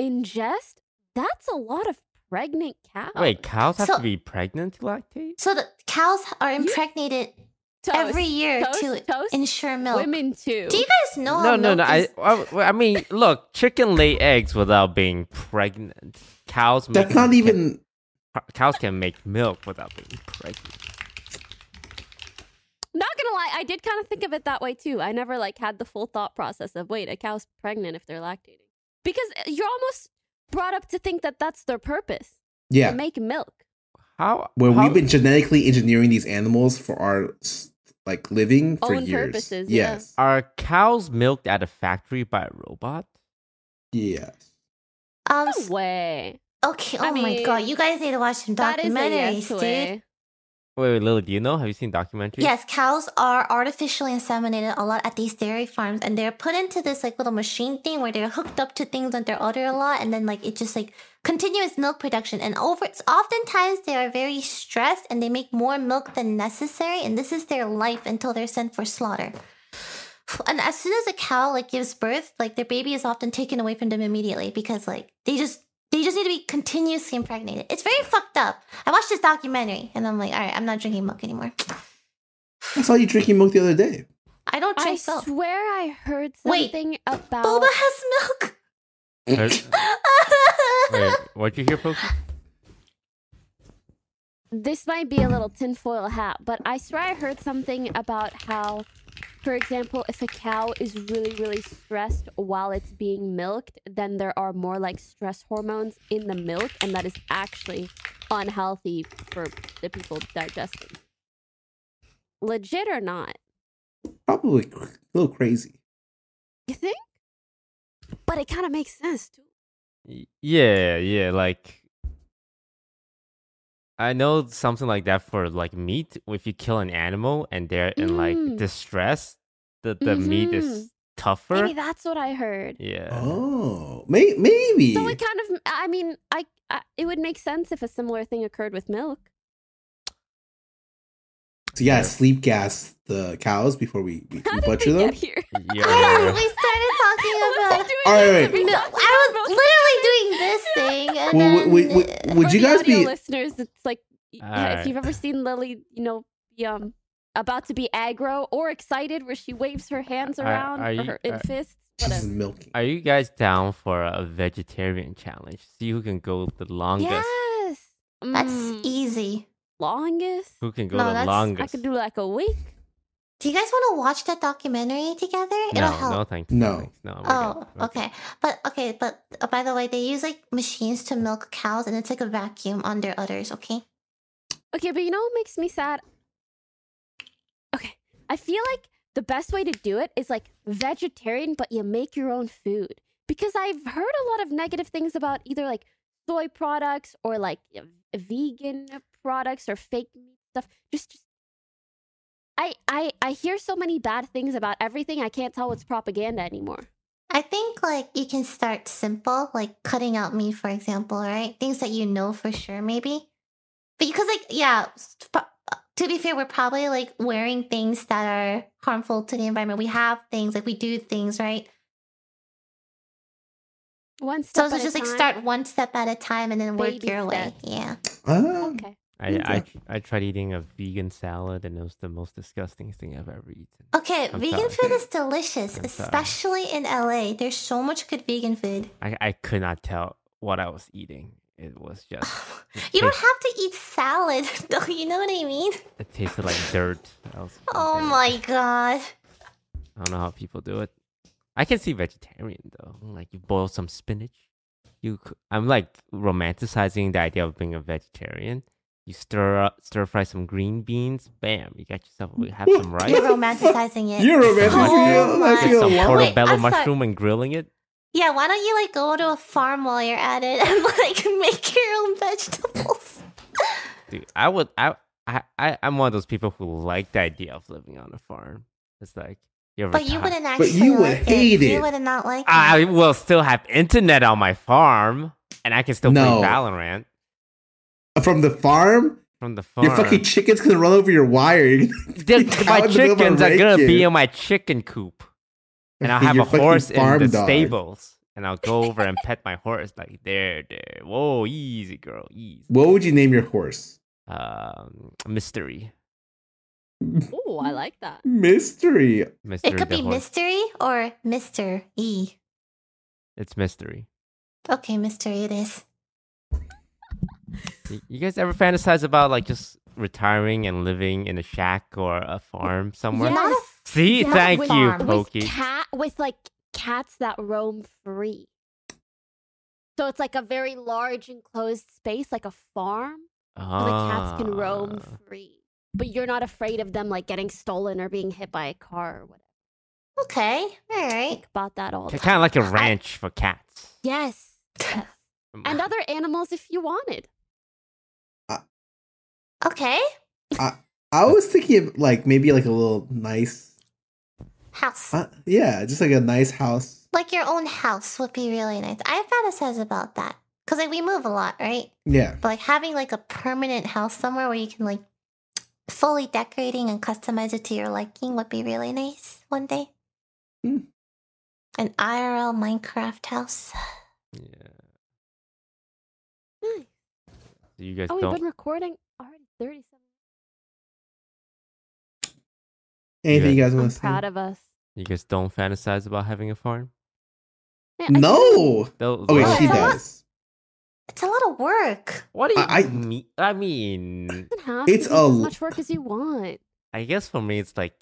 Speaker 4: ingest, that's a lot of pregnant cows.
Speaker 1: Wait, cows have
Speaker 2: Oh, So-
Speaker 1: to be pregnant to lactate?
Speaker 2: so the cows are impregnated
Speaker 4: Toast,
Speaker 2: every year
Speaker 4: toast,
Speaker 2: to
Speaker 4: toast,
Speaker 2: ensure milk.
Speaker 4: women too.
Speaker 2: Do you guys know
Speaker 1: No,
Speaker 2: how
Speaker 1: no,
Speaker 2: milk
Speaker 1: no. I,
Speaker 2: is?
Speaker 1: I, I mean, look, chicken lay eggs without being pregnant. Cows.
Speaker 3: That's
Speaker 1: make-
Speaker 3: not
Speaker 1: can-
Speaker 3: even
Speaker 1: cows can make milk without being pregnant.
Speaker 4: Not gonna lie, I did kind of think of it that way too. I never like had the full thought process of wait, a cow's pregnant if they're lactating, because uh, you're almost brought up to think that that's their purpose
Speaker 3: yeah.
Speaker 4: to make milk.
Speaker 1: How?
Speaker 3: Where
Speaker 1: how,
Speaker 3: we've been genetically engineering these animals for our s- like living for
Speaker 4: Own
Speaker 3: years.
Speaker 4: purposes, yeah.
Speaker 3: yes.
Speaker 1: Are cows milked at a factory by a robot?
Speaker 3: Yes.
Speaker 2: Um,
Speaker 4: No way.
Speaker 2: okay. Oh
Speaker 4: I
Speaker 2: my
Speaker 4: mean,
Speaker 2: god, you guys need to watch some
Speaker 4: That is a yes
Speaker 2: documentaries, dude.
Speaker 4: way.
Speaker 1: Wait, wait, Lily, do you know? Have you seen documentaries?
Speaker 2: Yes, cows are artificially inseminated a lot at these dairy farms, and they're put into this like little machine thing where they're hooked up to things that they're order a lot, and then like it just like continuous milk production. And over, it's oftentimes they are very stressed, and they make more milk than necessary, and this is their life until they're sent for slaughter. And as soon as a cow like gives birth, like their baby is often taken away from them immediately because like they just they just need to be continuously impregnated. It's very fucked up. I watched this documentary, and I'm like, all right, I'm not drinking milk anymore.
Speaker 3: I saw you drinking milk the other day.
Speaker 2: I don't
Speaker 4: I
Speaker 2: drink milk.
Speaker 4: swear I heard
Speaker 2: Wait,
Speaker 4: something about.
Speaker 2: Boba has milk.
Speaker 1: Her- wait, what'd you hear, folks?
Speaker 4: this might be a little tinfoil hat, but I swear I heard something about how, for example, if a cow is really, really stressed while it's being milked, then there are more like stress hormones in the milk, and that is actually unhealthy for the people digesting. Legit or not?
Speaker 3: Probably cr- a little crazy.
Speaker 4: You think? But it kind of makes sense too.
Speaker 1: Y- Yeah, yeah, like I know something like that for like meat. If you kill an animal and they're in like
Speaker 4: Mm.
Speaker 1: distress, the the meat
Speaker 4: Mhm.
Speaker 2: Mm-hmm.
Speaker 1: is tougher.
Speaker 4: Maybe that's what I heard.
Speaker 1: yeah.
Speaker 3: Oh, may- maybe.
Speaker 4: So it kind of, I mean, I, I it would make sense if a similar thing occurred with milk.
Speaker 3: So yeah, sleep gas the cows before we, we,
Speaker 4: How
Speaker 3: we
Speaker 4: did
Speaker 3: butcher
Speaker 4: we
Speaker 3: them.
Speaker 4: get here?
Speaker 1: Yeah,
Speaker 2: Ah,
Speaker 1: yeah.
Speaker 2: we started talking about.
Speaker 3: All right,
Speaker 2: No, I was literally doing this thing, and
Speaker 3: Well,
Speaker 2: then
Speaker 3: w- w- w- would you guys be?
Speaker 4: listeners? It's like
Speaker 1: All
Speaker 4: yeah,
Speaker 1: right.
Speaker 4: if you've ever seen Lily, you know, be, um, about to be aggro or excited, where she waves her hands
Speaker 1: Are-
Speaker 4: around
Speaker 1: are
Speaker 4: or
Speaker 1: you- uh,
Speaker 4: her in
Speaker 1: are-
Speaker 3: This
Speaker 4: fists.
Speaker 3: is
Speaker 4: Whatever.
Speaker 3: milking.
Speaker 1: Are you guys down for a vegetarian challenge? See who can go the longest.
Speaker 4: Yes,
Speaker 2: that's e
Speaker 4: Mm,
Speaker 2: easy.
Speaker 4: longest.
Speaker 1: Who can go
Speaker 2: No,
Speaker 1: the
Speaker 2: that's- I
Speaker 4: I
Speaker 1: longest?
Speaker 4: could do like a week.
Speaker 2: Do you guys want to watch that documentary together? It'll
Speaker 1: no,
Speaker 2: help.
Speaker 1: no, thanks.
Speaker 3: No.
Speaker 1: thanks. no. we're good,
Speaker 2: Oh,
Speaker 1: we're good.
Speaker 2: okay. But okay, but uh, by the way, they use like machines to milk cows, and it's like a vacuum on their udders. Okay.
Speaker 4: Okay, but you know what makes me sad? Okay, I feel like the best way to do it is like vegetarian, but you make your own food. Because I've heard a lot of negative things about either like soy products or like y- vegan products or fake meat stuff. Just, just I, I, I hear so many bad things about everything. I can't tell what's propaganda anymore.
Speaker 2: I think like you can start simple, like cutting out meat, for example, right? Things that you know for sure, maybe. But because like yeah, s- pro- to be fair, we're probably like wearing things that are harmful to the environment. We have things like we do things, right?
Speaker 4: One
Speaker 2: So
Speaker 4: step
Speaker 2: it's
Speaker 4: at a
Speaker 2: just like
Speaker 4: time.
Speaker 2: start one step at a time and then work
Speaker 4: Baby
Speaker 2: your way.
Speaker 4: steps.
Speaker 2: Yeah.
Speaker 3: Ah,
Speaker 4: Okay.
Speaker 1: I, I
Speaker 3: Okay.
Speaker 1: tr- I tried eating a vegan salad and it was the most disgusting thing I've ever eaten.
Speaker 2: Okay,
Speaker 1: I'm
Speaker 2: vegan
Speaker 1: sorry.
Speaker 2: food is delicious,
Speaker 1: I'm sorry.
Speaker 2: especially in LA. There's so much good vegan food.
Speaker 1: I, I could not tell what I was eating. It was just it
Speaker 2: You don't
Speaker 1: taste-
Speaker 2: have to eat salad, though. You know what Oh I mean?
Speaker 1: it tasted like dirt. That was-
Speaker 2: Oh my god.
Speaker 1: I don't know how people do it. I can see vegetarian though. Like you boil some spinach. You, c- I'm like romanticizing the idea of being a vegetarian. You stir up, stir fry some green beans. Bam, you got yourself. We have some
Speaker 2: You're
Speaker 1: rice.
Speaker 2: romanticizing it. Oh
Speaker 3: You're
Speaker 2: so
Speaker 3: romanticizing it. I
Speaker 2: much.
Speaker 1: Get
Speaker 3: feel
Speaker 1: some
Speaker 3: Wait,
Speaker 1: portobello
Speaker 2: I'm sorry.
Speaker 1: mushroom and grilling it.
Speaker 2: Yeah, why don't you like go to a farm while you're at it and like make your own vegetables?
Speaker 1: Dude, I would. I, I, I, I'm one of those people who like the idea of living on a farm. It's like you're.
Speaker 2: But you
Speaker 1: retired.
Speaker 2: wouldn't actually.
Speaker 3: But you would
Speaker 2: like
Speaker 3: hate
Speaker 2: You
Speaker 3: it.
Speaker 2: would not like it.
Speaker 1: I will still have internet on my farm, and I can still
Speaker 3: No.
Speaker 1: play Valorant
Speaker 3: From the farm,
Speaker 1: from the farm.
Speaker 3: your fucking chickens gonna run over your wire. You're gonna
Speaker 1: Dude,
Speaker 3: cow in
Speaker 1: my
Speaker 3: the middle of a
Speaker 1: chickens are gonna
Speaker 3: rake
Speaker 1: be
Speaker 3: you.
Speaker 1: in my chicken coop, and I'll
Speaker 3: be
Speaker 1: have
Speaker 3: your
Speaker 1: a
Speaker 3: fucking
Speaker 1: horse in
Speaker 3: farm
Speaker 1: the
Speaker 3: dog.
Speaker 1: stables, and I'll go over and pet my horse like there, there. Whoa, easy girl, easy.
Speaker 3: What would you name your horse?
Speaker 1: Um, mystery,
Speaker 4: Oh, I like that.
Speaker 3: Mystery.
Speaker 1: mystery.
Speaker 2: it could
Speaker 1: the
Speaker 2: be
Speaker 1: horse.
Speaker 2: mystery or Mister E.
Speaker 1: It's mystery.
Speaker 2: Okay, mystery it is.
Speaker 1: Y- You guys ever fantasize about like just retiring and living in a shack or a farm somewhere?
Speaker 4: Yeah.
Speaker 2: Not a
Speaker 1: See,
Speaker 2: Yeah,
Speaker 1: thank
Speaker 2: with-
Speaker 1: you,
Speaker 2: farm. With
Speaker 1: Pokey.
Speaker 4: With cat with like cats that roam free. So it's like a very large enclosed space, like a farm, where the cats can roam
Speaker 1: Ah.
Speaker 4: free. But you're not afraid of them like getting stolen or being hit by a car or whatever.
Speaker 2: Okay, all right.
Speaker 4: Think about that all the
Speaker 1: kind
Speaker 4: time.
Speaker 1: of like a ranch for cats.
Speaker 4: Yes. yes. and other animals if you wanted.
Speaker 2: Okay,
Speaker 3: I was thinking of like maybe like a little nice.
Speaker 2: house.
Speaker 3: Uh, yeah, just like a nice house.
Speaker 2: Like your own house would be really nice. I fantasize about that because like we move a lot, right?
Speaker 3: Yeah.
Speaker 2: But like having like a permanent house somewhere where you can like fully decorating and customize it to your liking would be really nice one day.
Speaker 3: Hmm.
Speaker 2: An IRL Minecraft house.
Speaker 1: yeah.
Speaker 4: Nice.
Speaker 1: So you guys
Speaker 4: Oh, we've
Speaker 1: don't.
Speaker 4: been recording already 37.
Speaker 3: Anything you guys
Speaker 4: I'm
Speaker 3: want to say?
Speaker 4: proud of us.
Speaker 1: You guys don't fantasize about having a farm.
Speaker 4: Yeah, I think-
Speaker 3: no.
Speaker 1: Those,
Speaker 3: Oh wait,
Speaker 2: Well,
Speaker 3: she
Speaker 2: it's a lot-
Speaker 3: does.
Speaker 2: It's a lot of work.
Speaker 1: What do you
Speaker 3: I- I-
Speaker 1: mean? I mean,
Speaker 4: doesn't have
Speaker 3: It's
Speaker 4: to be
Speaker 3: a
Speaker 4: as
Speaker 3: l-
Speaker 4: much work as you want.
Speaker 1: I guess for me, it's like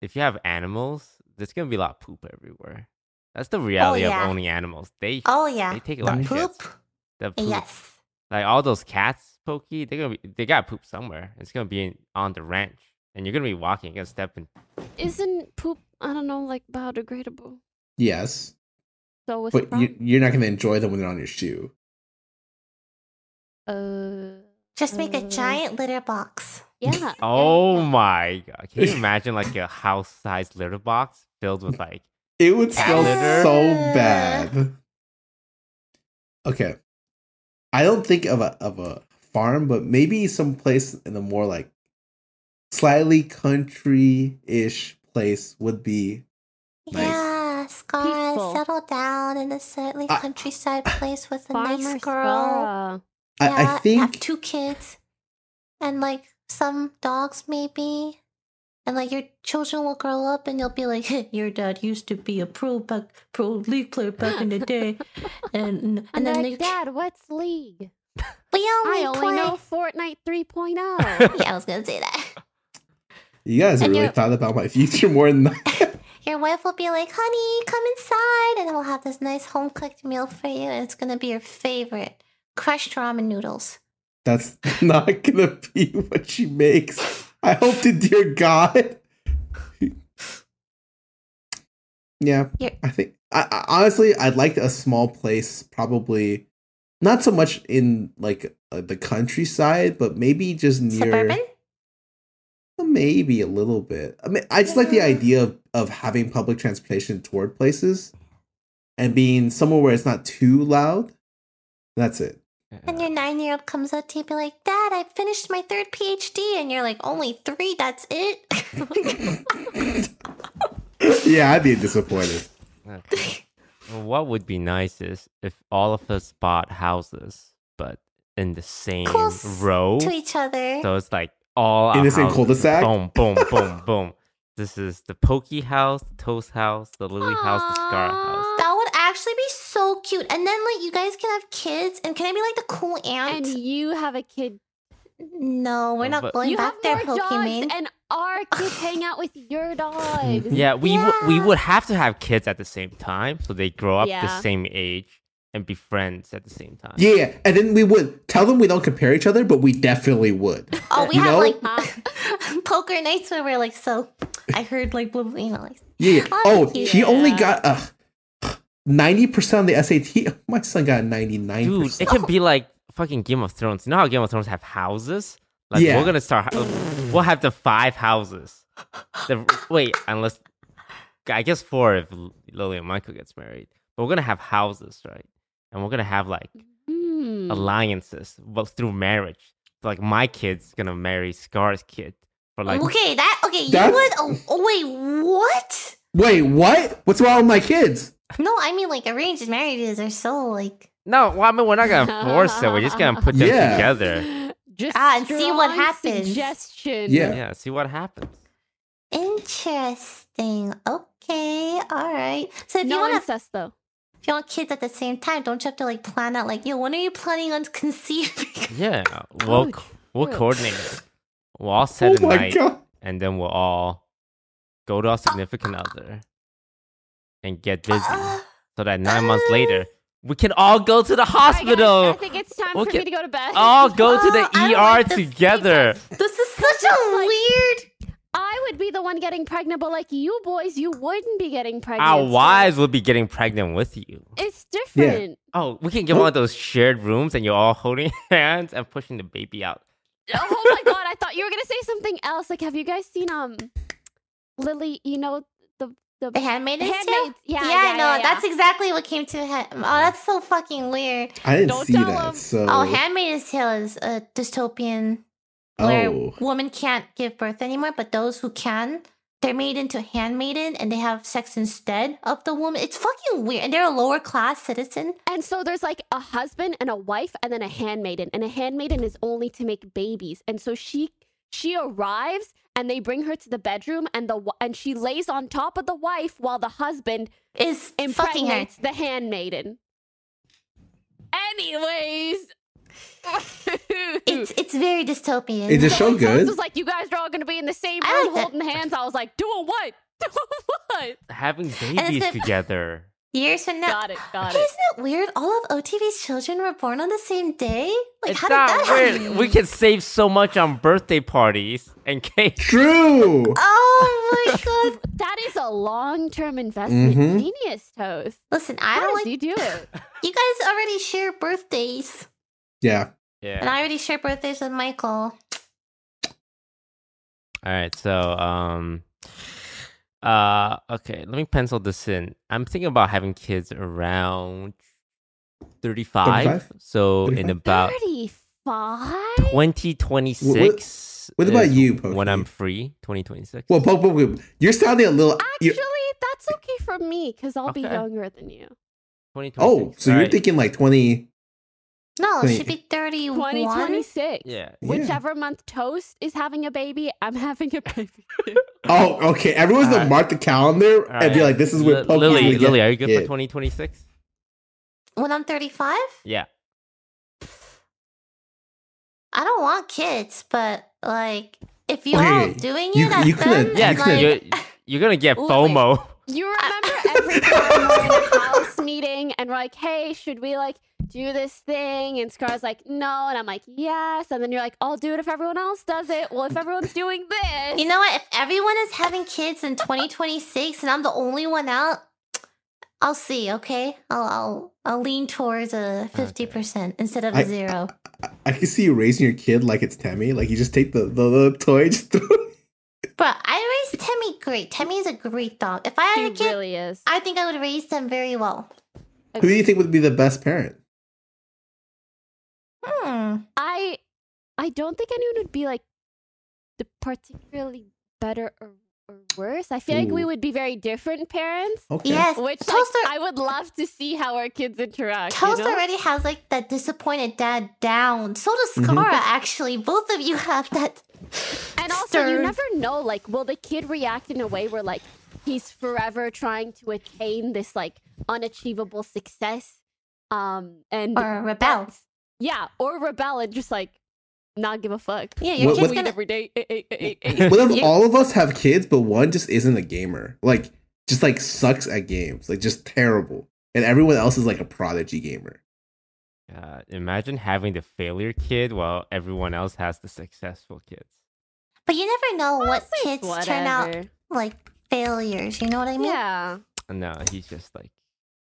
Speaker 1: if you have animals, there's gonna be a lot of poop everywhere. That's the reality
Speaker 2: yeah.
Speaker 1: of owning animals. They
Speaker 2: Oh yeah,
Speaker 1: they take a lot
Speaker 2: the
Speaker 1: of shits.
Speaker 2: poop.
Speaker 1: The poop.
Speaker 2: Yes.
Speaker 1: Like all those cats, Pokey, they're gonna be they gotta poop somewhere. It's gonna be in, on the ranch, and you're gonna be walking, you're gonna step in.
Speaker 4: Isn't poop, I don't know, like biodegradable?
Speaker 3: Yes,
Speaker 4: So what's the
Speaker 3: but you,
Speaker 4: problem?
Speaker 3: you're not gonna enjoy them when they're on your shoe.
Speaker 4: Uh,
Speaker 2: Just make a
Speaker 4: Uh,
Speaker 2: giant litter box.
Speaker 4: yeah.
Speaker 1: Oh my god! Can you imagine like a house-sized litter box filled with like
Speaker 3: It would smell
Speaker 1: Litter?
Speaker 3: so bad. Okay, I don't think of a of a farm, but maybe some place in a more like slightly country ish place would be. Nice.
Speaker 2: Yeah, Scar,
Speaker 4: Peaceful.
Speaker 2: settle down in a slightly
Speaker 3: I-
Speaker 2: countryside place with a
Speaker 4: Farmer
Speaker 2: nice girl.
Speaker 4: Scar.
Speaker 2: Yeah,
Speaker 3: I, I
Speaker 2: have
Speaker 3: think
Speaker 2: two kids and like some dogs maybe. And like your children will grow up and they'll be like, "Heh, your dad used to be a pro back pro league player back in the day. And and,
Speaker 4: And,
Speaker 2: then
Speaker 4: then
Speaker 2: they,
Speaker 4: Dad, what's League?
Speaker 2: we only,
Speaker 4: I only
Speaker 2: play.
Speaker 4: know Fortnite oh." 3.0.
Speaker 2: Yeah, I was gonna say that.
Speaker 3: you guys
Speaker 2: and
Speaker 3: really
Speaker 2: you-
Speaker 3: thought about my future more than that.
Speaker 2: Your wife will be like, honey, come inside. And then we'll have this nice home cooked meal for you. And it's going to be your favorite crushed ramen noodles.
Speaker 3: That's not gonna be what she makes. I hope to dear God. yeah,
Speaker 2: You're-
Speaker 3: I think I, I honestly I'd like a small place, probably not so much in like uh, the countryside, but maybe just near
Speaker 2: Suburban?
Speaker 3: maybe a little bit. I mean, I just like the
Speaker 2: Yeah.
Speaker 3: idea of, of having public transportation toward places and being somewhere where it's not too loud. That's it.
Speaker 2: And your nine year old comes up to you and be like, Dad, I finished my third PhD. And you're like, only three, that's it.
Speaker 3: yeah, I'd be disappointed.
Speaker 1: Okay. Well, uh, what would be nice is if all of us bought houses, but in the same
Speaker 2: Close
Speaker 1: row.
Speaker 2: to each other.
Speaker 1: So it's like all our
Speaker 3: In the same
Speaker 1: houses.
Speaker 3: cul-de-sac?
Speaker 1: Boom, boom, boom, boom. This is the Pokey house, the Toast house, the Lily house, the Scar house.
Speaker 2: that would actually be so cute. And then, like, you guys can have kids. And can I be like the cool aunt?
Speaker 4: and you have a kid
Speaker 2: No, we're not
Speaker 1: But-
Speaker 2: going
Speaker 4: you
Speaker 2: back
Speaker 4: have
Speaker 2: there,
Speaker 4: more
Speaker 2: Pokemon.
Speaker 4: dogs, and our kids hang out with your dogs.
Speaker 1: Yeah, we w- we
Speaker 2: Yeah.
Speaker 1: would have to have kids at the same time, so they grow up the
Speaker 4: Yeah.
Speaker 1: same age and be friends at the same time.
Speaker 3: Yeah, and then we would tell them we don't compare each other, but we definitely would.
Speaker 2: oh, we
Speaker 3: you
Speaker 2: have
Speaker 3: know?
Speaker 2: like poker nights where we're like, so I heard like, blah, blah, you know, like,
Speaker 3: Yeah.
Speaker 2: Oh,
Speaker 3: Oh, he only
Speaker 4: yeah.
Speaker 3: got uh, 90% on the SAT. Oh, My son got 99%.
Speaker 1: Dude, it can be like fucking Game of Thrones. You know how Game of Thrones have houses? Like
Speaker 3: Yeah.
Speaker 1: we're gonna start. We'll have the five houses. The, wait, unless I guess four if L- Lily and Michael gets married. But we're gonna have houses, right? And we're gonna have like
Speaker 4: Hmm.
Speaker 1: alliances, but through marriage. So, like my kid's gonna marry Scar's kid for like
Speaker 2: okay, that, okay, you
Speaker 3: That's-
Speaker 2: would, oh, oh, wait, what?
Speaker 3: Wait, what? What's wrong with my kids?
Speaker 2: No, I mean, like, arranged marriages are so, like,
Speaker 1: No, well, I mean, we're not gonna force it. We're just gonna put them
Speaker 3: Yeah.
Speaker 1: together.
Speaker 4: Just
Speaker 2: Ah, and see what
Speaker 4: strong
Speaker 2: happens.
Speaker 4: Suggestion.
Speaker 3: Yeah.
Speaker 1: Yeah, see what happens.
Speaker 2: interesting. Okay, all right. So if you
Speaker 4: No
Speaker 2: want to
Speaker 4: incest though.
Speaker 2: if you want kids at the same time, don't you have to like plan out like, yo, when are you planning on conceiving?
Speaker 1: Yeah, we'll
Speaker 4: Oh,
Speaker 1: co- we'll
Speaker 4: true.
Speaker 1: coordinate it. We'll all set
Speaker 3: oh
Speaker 1: a
Speaker 3: my
Speaker 1: night,
Speaker 3: god.
Speaker 1: and then we'll all go to our significant other and get busy,
Speaker 2: Uh,
Speaker 1: so that nine months later we can all go to the hospital.
Speaker 4: I think it's time
Speaker 1: We'll
Speaker 4: for
Speaker 1: get-
Speaker 4: me to go to bed.
Speaker 1: All go to
Speaker 2: Oh, I
Speaker 1: the
Speaker 2: don't
Speaker 1: ER
Speaker 2: like this
Speaker 1: together.
Speaker 2: this is such a
Speaker 4: Like-
Speaker 2: weird.
Speaker 4: I would be the one getting pregnant, but like you boys, you wouldn't be getting pregnant.
Speaker 1: Our
Speaker 4: so
Speaker 1: wives will be getting pregnant with you.
Speaker 4: It's different.
Speaker 1: Oh, we can get one of those shared rooms, and you're all holding hands and pushing the baby out.
Speaker 4: oh my god, I thought you were gonna say something else. Like, have you guys seen um Lily, you know, the the
Speaker 2: The handmaidens too.
Speaker 4: handmaids? Yeah,
Speaker 2: yeah,
Speaker 4: yeah,
Speaker 2: no,
Speaker 4: yeah,
Speaker 2: that's exactly what came to head. Oh, that's so fucking weird.
Speaker 3: I didn't
Speaker 4: Don't
Speaker 3: see
Speaker 4: tell
Speaker 3: that.
Speaker 4: him.
Speaker 3: So
Speaker 2: Oh, Handmaid's Tale is a dystopian where
Speaker 3: Oh.
Speaker 2: women can't give birth anymore, but those who can, they're made into handmaiden and they have sex instead of the woman. It's fucking weird. And they're a lower class citizen.
Speaker 4: And so there's like a husband and a wife and then a handmaiden. And a handmaiden is only to make babies. And so she she arrives and they bring her to the bedroom and the wi- and she lays on top of the wife while the husband
Speaker 2: Is fucking her.
Speaker 4: impregnates the handmaiden. Anyways,
Speaker 2: It's it's very dystopian.
Speaker 3: Is this
Speaker 4: So
Speaker 3: show
Speaker 4: when Thomas
Speaker 3: good?
Speaker 4: Was like you guys are all gonna be in the same
Speaker 2: I like
Speaker 4: room
Speaker 2: that.
Speaker 4: holding hands. I was like, doing what? Doing what?
Speaker 1: having
Speaker 2: it's
Speaker 1: babies
Speaker 2: been-
Speaker 1: together.
Speaker 2: Years from now.
Speaker 4: Got it. Got
Speaker 2: Hey,
Speaker 4: it.
Speaker 2: isn't it weird? All of OTV's children were born on the same day? Like,
Speaker 1: it's
Speaker 2: how did that
Speaker 1: not weird.
Speaker 2: happen?
Speaker 1: We can save so much on birthday parties and cake.
Speaker 3: True.
Speaker 2: Oh my god.
Speaker 4: That is a long-term investment.
Speaker 1: Mm-hmm.
Speaker 3: Mhm.
Speaker 4: Genius, Toast.
Speaker 2: Listen, I
Speaker 4: How
Speaker 2: don't
Speaker 4: did
Speaker 2: like.
Speaker 4: you do it?
Speaker 2: You guys already share birthdays.
Speaker 3: Yeah.
Speaker 2: And
Speaker 1: Yeah.
Speaker 2: I already share birthdays with Michael.
Speaker 1: All right. So, um, uh, okay. Let me pencil this in. I'm thinking about having kids around 35.
Speaker 3: 35?
Speaker 1: So
Speaker 3: 35?
Speaker 1: in about
Speaker 4: Thirty-five.
Speaker 1: 2026.
Speaker 3: what about
Speaker 1: is
Speaker 3: you,
Speaker 1: When
Speaker 3: Pokey?
Speaker 1: I'm free, 2026.
Speaker 3: Well, Pope, Pope, Pope, you're sounding a little.
Speaker 4: Actually,
Speaker 3: You're,
Speaker 4: that's okay for me because I'll be
Speaker 1: Okay.
Speaker 4: younger than you.
Speaker 1: 2026.
Speaker 3: oh, so
Speaker 1: All
Speaker 3: you're
Speaker 1: right.
Speaker 3: thinking like 20.
Speaker 2: No, it
Speaker 3: Wait.
Speaker 2: should be 31.
Speaker 4: Twenty twenty-six.
Speaker 1: Yeah.
Speaker 4: Whichever month Toast is having a baby, I'm having a baby. too.
Speaker 3: Oh, okay. Everyone's
Speaker 1: Alright.
Speaker 3: gonna mark the calendar
Speaker 1: Uh, All
Speaker 3: and be
Speaker 1: right.
Speaker 3: like, "This is where
Speaker 1: Li-
Speaker 3: Pope
Speaker 1: Lily,
Speaker 3: would get
Speaker 1: Lily, are you good for
Speaker 3: hit.
Speaker 1: 2026?
Speaker 2: When I'm 35?
Speaker 1: Yeah.
Speaker 2: I don't want kids, but like if you're
Speaker 3: Okay,
Speaker 2: all
Speaker 3: okay.
Speaker 2: doing it
Speaker 3: You-
Speaker 2: at
Speaker 3: you
Speaker 2: them,
Speaker 3: couldn't-
Speaker 2: and,
Speaker 1: Yeah,
Speaker 3: you
Speaker 2: like,
Speaker 3: couldn't-
Speaker 1: you're, you're gonna get
Speaker 4: Lily.
Speaker 1: FOMO.
Speaker 4: You
Speaker 2: I-
Speaker 4: remember every time we're in a house meeting and we're like, hey, should we like do this thing? And Scar's like, no. And I'm like, yes. And then you're like, I'll do it if everyone else does it. Well, if everyone's doing this.
Speaker 2: you know what? If everyone is having kids in 2026 and I'm the only one out, I'll see. Okay, I'll I'll, I'll lean towards a 50 percent instead of a
Speaker 3: I-
Speaker 2: zero.
Speaker 3: I, I can see you raising your kid like it's Tammy. Like you just take the the, the toy. Just throw it.
Speaker 2: But I raised Temmie great. Temmie is a great dog. If I had
Speaker 4: he
Speaker 2: a kid,
Speaker 4: really is.
Speaker 2: I think I would raise them very well.
Speaker 3: Who do you think would be the best parent?
Speaker 2: Hmm.
Speaker 4: I I don't think anyone would be like the particularly better or, or worse. I feel like we
Speaker 3: Ooh.
Speaker 4: would be very different parents.
Speaker 3: Okay.
Speaker 2: Yes,
Speaker 4: Which like,
Speaker 2: Toaster.
Speaker 4: I would love to see how our kids interact. you
Speaker 2: Toast
Speaker 4: know?
Speaker 2: already has like that disappointed dad down. So does
Speaker 3: Mhm.
Speaker 2: Skara, actually. Both of you have that.
Speaker 4: And also, you
Speaker 2: Stern.
Speaker 4: never know, like, will the kid react in a way where, like, he's forever trying to attain this, like, unachievable success? Um, and
Speaker 2: Or rebel.
Speaker 4: yeah, or rebel and just, like, not give a fuck.
Speaker 2: Yeah, your
Speaker 3: What-
Speaker 2: kid's
Speaker 3: what-
Speaker 2: gonna.
Speaker 5: every day. Eh, eh, eh, eh, eh.
Speaker 3: What if
Speaker 5: You-
Speaker 3: all of us have kids, but one just isn't a gamer? Like, just like sucks at games, like just terrible, and everyone else is like a prodigy gamer.
Speaker 1: God, Uh, imagine having the failure kid while everyone else has the successful kids.
Speaker 2: But you never know what
Speaker 4: Honestly,
Speaker 2: kids
Speaker 4: it's
Speaker 2: turn out
Speaker 4: whatever.
Speaker 2: like failures. You know what I mean?
Speaker 4: Yeah.
Speaker 1: No, he's just like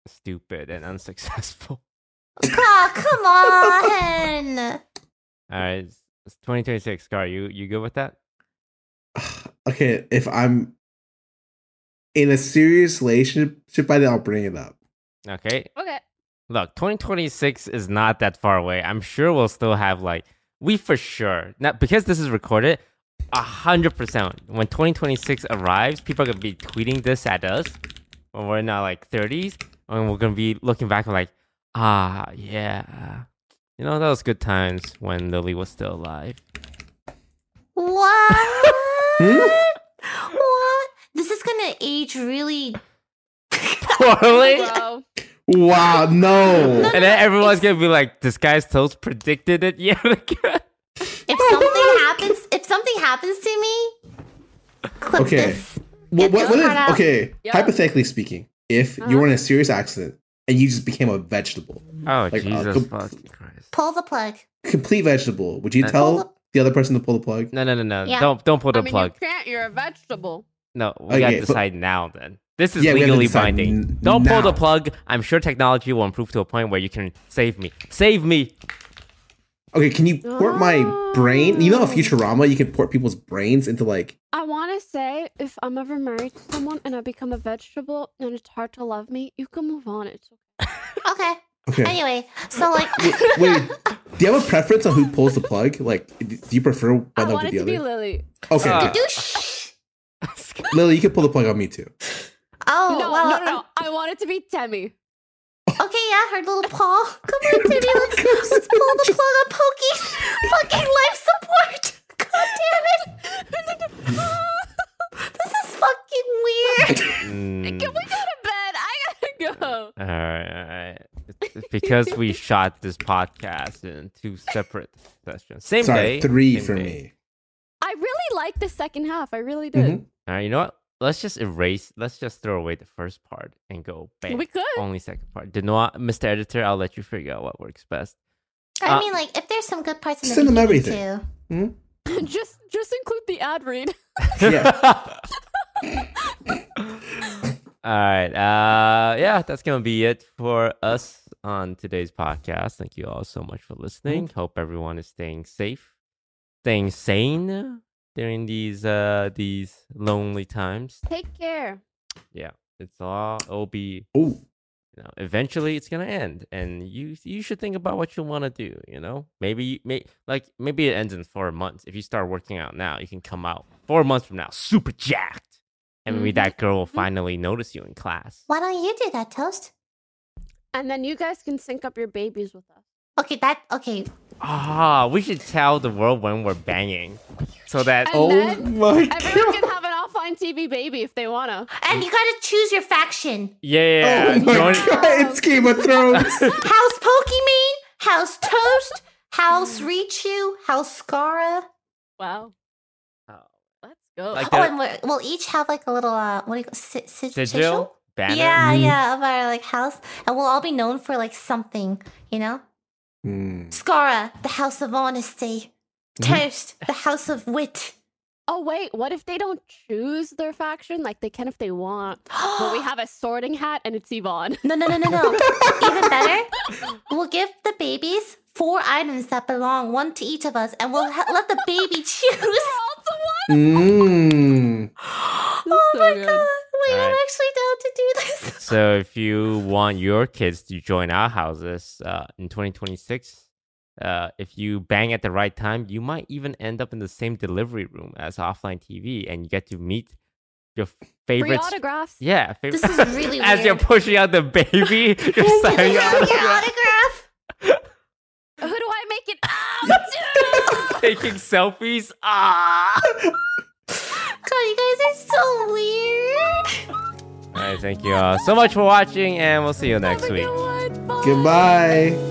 Speaker 1: stupid and unsuccessful.
Speaker 2: Aw, come Ah, on.
Speaker 1: All right, it's, it's 2026. Car, you you good with that?
Speaker 3: Okay, if I'm in a serious relationship by then, I'll bring it up.
Speaker 1: Okay,
Speaker 4: Okay.
Speaker 1: Look, 2026 is not that far away. I'm sure we'll still have like we for sure. Now because this is recorded, a hundred percent. When 2026 arrives, people are gonna be tweeting this at us when we're in our like 30s, and we're gonna be looking back and like, ah, yeah, you know those good times when Lily was still alive.
Speaker 2: What?
Speaker 3: Hmm?
Speaker 2: what? This is gonna age really.
Speaker 4: Oh
Speaker 1: Poorly.
Speaker 4: Bro.
Speaker 3: Wow, no.
Speaker 1: And then everyone's gonna be like, "This guy's toast predicted it oh, yet again."
Speaker 2: If something happens, if something happens to me, clip
Speaker 3: Okay.
Speaker 2: this.
Speaker 3: What, what, what if?
Speaker 2: Yeah.
Speaker 3: Okay,
Speaker 4: Yeah. Uh-huh.
Speaker 3: hypothetically speaking, if you were in a serious accident and you just became a vegetable,
Speaker 1: Oh
Speaker 3: Like, uh,
Speaker 1: Jesus
Speaker 3: com-
Speaker 1: fucking Christ!
Speaker 2: Pull the plug.
Speaker 3: complete vegetable, would you
Speaker 1: Uh,
Speaker 3: tell the other person to pull the plug?
Speaker 1: No, no, no, no!
Speaker 2: Yeah.
Speaker 1: Don't don't pull the
Speaker 4: I mean,
Speaker 1: plug.
Speaker 4: you can't. You're a vegetable.
Speaker 1: No, we gotta
Speaker 3: Okay, but-
Speaker 1: decide now then. This is
Speaker 3: Yeah, we have to
Speaker 1: legally
Speaker 3: decide
Speaker 1: binding.
Speaker 3: n-
Speaker 1: Don't pull the
Speaker 3: now.
Speaker 1: plug. I'm sure technology will improve to a point where you can save me. Save me!
Speaker 3: Okay, can you port my brain? You know, in
Speaker 4: Oh.
Speaker 3: Futurama, you can port people's brains into like.
Speaker 4: I want to say if I'm ever married to someone and I become a vegetable and it's hard to love me, you can move on. It's
Speaker 2: Okay.
Speaker 3: Okay.
Speaker 2: Anyway, so like,
Speaker 3: Wait, do you have a preference on who pulls the plug? Like, do you prefer one
Speaker 4: I
Speaker 3: over
Speaker 4: want it
Speaker 3: the
Speaker 4: to be
Speaker 3: other?
Speaker 4: Lily.
Speaker 3: Okay,
Speaker 1: Uh,
Speaker 2: douche.
Speaker 3: Lily, you can pull the plug on me too.
Speaker 2: Oh
Speaker 4: No,
Speaker 2: well.
Speaker 4: no, no, no. I want it to be Demi.
Speaker 2: Okay, yeah, her little paw. Come on, Timmy. Let's, let's pull the plug on Pokey's fucking life support. God damn it. This is fucking weird.
Speaker 1: Mm.
Speaker 4: Can we go to bed? I gotta go.
Speaker 1: All right, all right. Because we shot this podcast in two separate sessions. Same
Speaker 3: Sorry,
Speaker 1: day.
Speaker 3: three
Speaker 1: same
Speaker 3: for
Speaker 1: day.
Speaker 3: me.
Speaker 4: I really like the second half. I really did.
Speaker 1: All right, you know what? Let's just erase. Let's just throw away the first part and go bam.
Speaker 4: We could.
Speaker 1: Only second part. Did not, Mr. Editor. I'll let you figure out what works best.
Speaker 2: I
Speaker 1: Uh,
Speaker 2: mean, like, if there's some good parts in the
Speaker 3: Send them
Speaker 2: beginning,
Speaker 3: everything.
Speaker 2: too.
Speaker 4: just just include the ad read.
Speaker 3: Yeah.
Speaker 1: All right. Uh, yeah, that's gonna be it for us on today's podcast. Thank you all so much for listening. Hope everyone is staying safe, staying sane during these uh these lonely times.
Speaker 4: Take care.
Speaker 1: It's all it'll be
Speaker 3: Oh,
Speaker 1: you know eventually it's gonna end, and you you should think about what you want to do. You know, maybe may, like maybe it ends in four months. If you start working out now, you can come out four months from now super jacked, and maybe
Speaker 4: Mhm.
Speaker 1: that girl will finally notice you in class.
Speaker 2: Why don't you do that, Toast?
Speaker 4: And then you guys can sync up your babies with us.
Speaker 2: Okay, that, okay.
Speaker 1: Ah, we should tell the world when we're banging, so that
Speaker 4: And
Speaker 1: oh,
Speaker 3: oh
Speaker 4: then
Speaker 3: my
Speaker 4: everyone
Speaker 3: god!
Speaker 4: can have an offline TV baby if they wanna.
Speaker 2: And you gotta choose your faction.
Speaker 1: yeah,
Speaker 3: Oh my
Speaker 1: join-
Speaker 3: god! It's Game of Thrones.
Speaker 2: House Pokemon, House Toast, House Reachu, House Scara.
Speaker 4: Wow.
Speaker 1: Oh.
Speaker 4: Let's go.
Speaker 1: Like-
Speaker 2: Oh,
Speaker 1: Yeah.
Speaker 2: and we're, we'll each have like a little, uh, what do you call si- si- sigil?
Speaker 1: sigil banner.
Speaker 2: Yeah,
Speaker 3: Mm.
Speaker 2: yeah, of our like house, and we'll all be known for like something, you know.
Speaker 3: Hmm.
Speaker 2: Scara, the house of honesty.
Speaker 3: Mhm.
Speaker 2: Toast, the house of wit.
Speaker 4: oh wait, what if they don't choose their faction? Like they can if they want. But
Speaker 2: But
Speaker 4: we have a sorting hat and it's Yvonne.
Speaker 2: no, no, no, no, no. Even better, we'll give the babies four items that belong, one to each of us, and we'll ha- let the baby choose.
Speaker 3: Mm.
Speaker 2: oh
Speaker 4: so
Speaker 2: my
Speaker 4: good.
Speaker 2: god! Wait, I'm
Speaker 1: Alright.
Speaker 2: actually down to do this.
Speaker 1: So if you want your kids to join our houses uh, in 2026, uh, if you bang at the right time, you might even end up in the same delivery room as offline TV, and you get to meet your
Speaker 4: Free
Speaker 1: favorite.
Speaker 4: autographs.
Speaker 1: Yeah, favorite.
Speaker 2: This is really
Speaker 1: as you're
Speaker 2: weird.
Speaker 1: pushing out the baby, you're
Speaker 2: Can I
Speaker 1: signing
Speaker 2: have your
Speaker 1: autographs,
Speaker 2: autograph.
Speaker 4: Who do I make it? Oh, dude!
Speaker 1: taking selfies. Ah.
Speaker 2: God, you guys are so weird.
Speaker 1: All right, thank you all so much for watching, and we'll see you next
Speaker 4: Have a
Speaker 1: week.
Speaker 4: good one. Bye.
Speaker 3: Goodbye.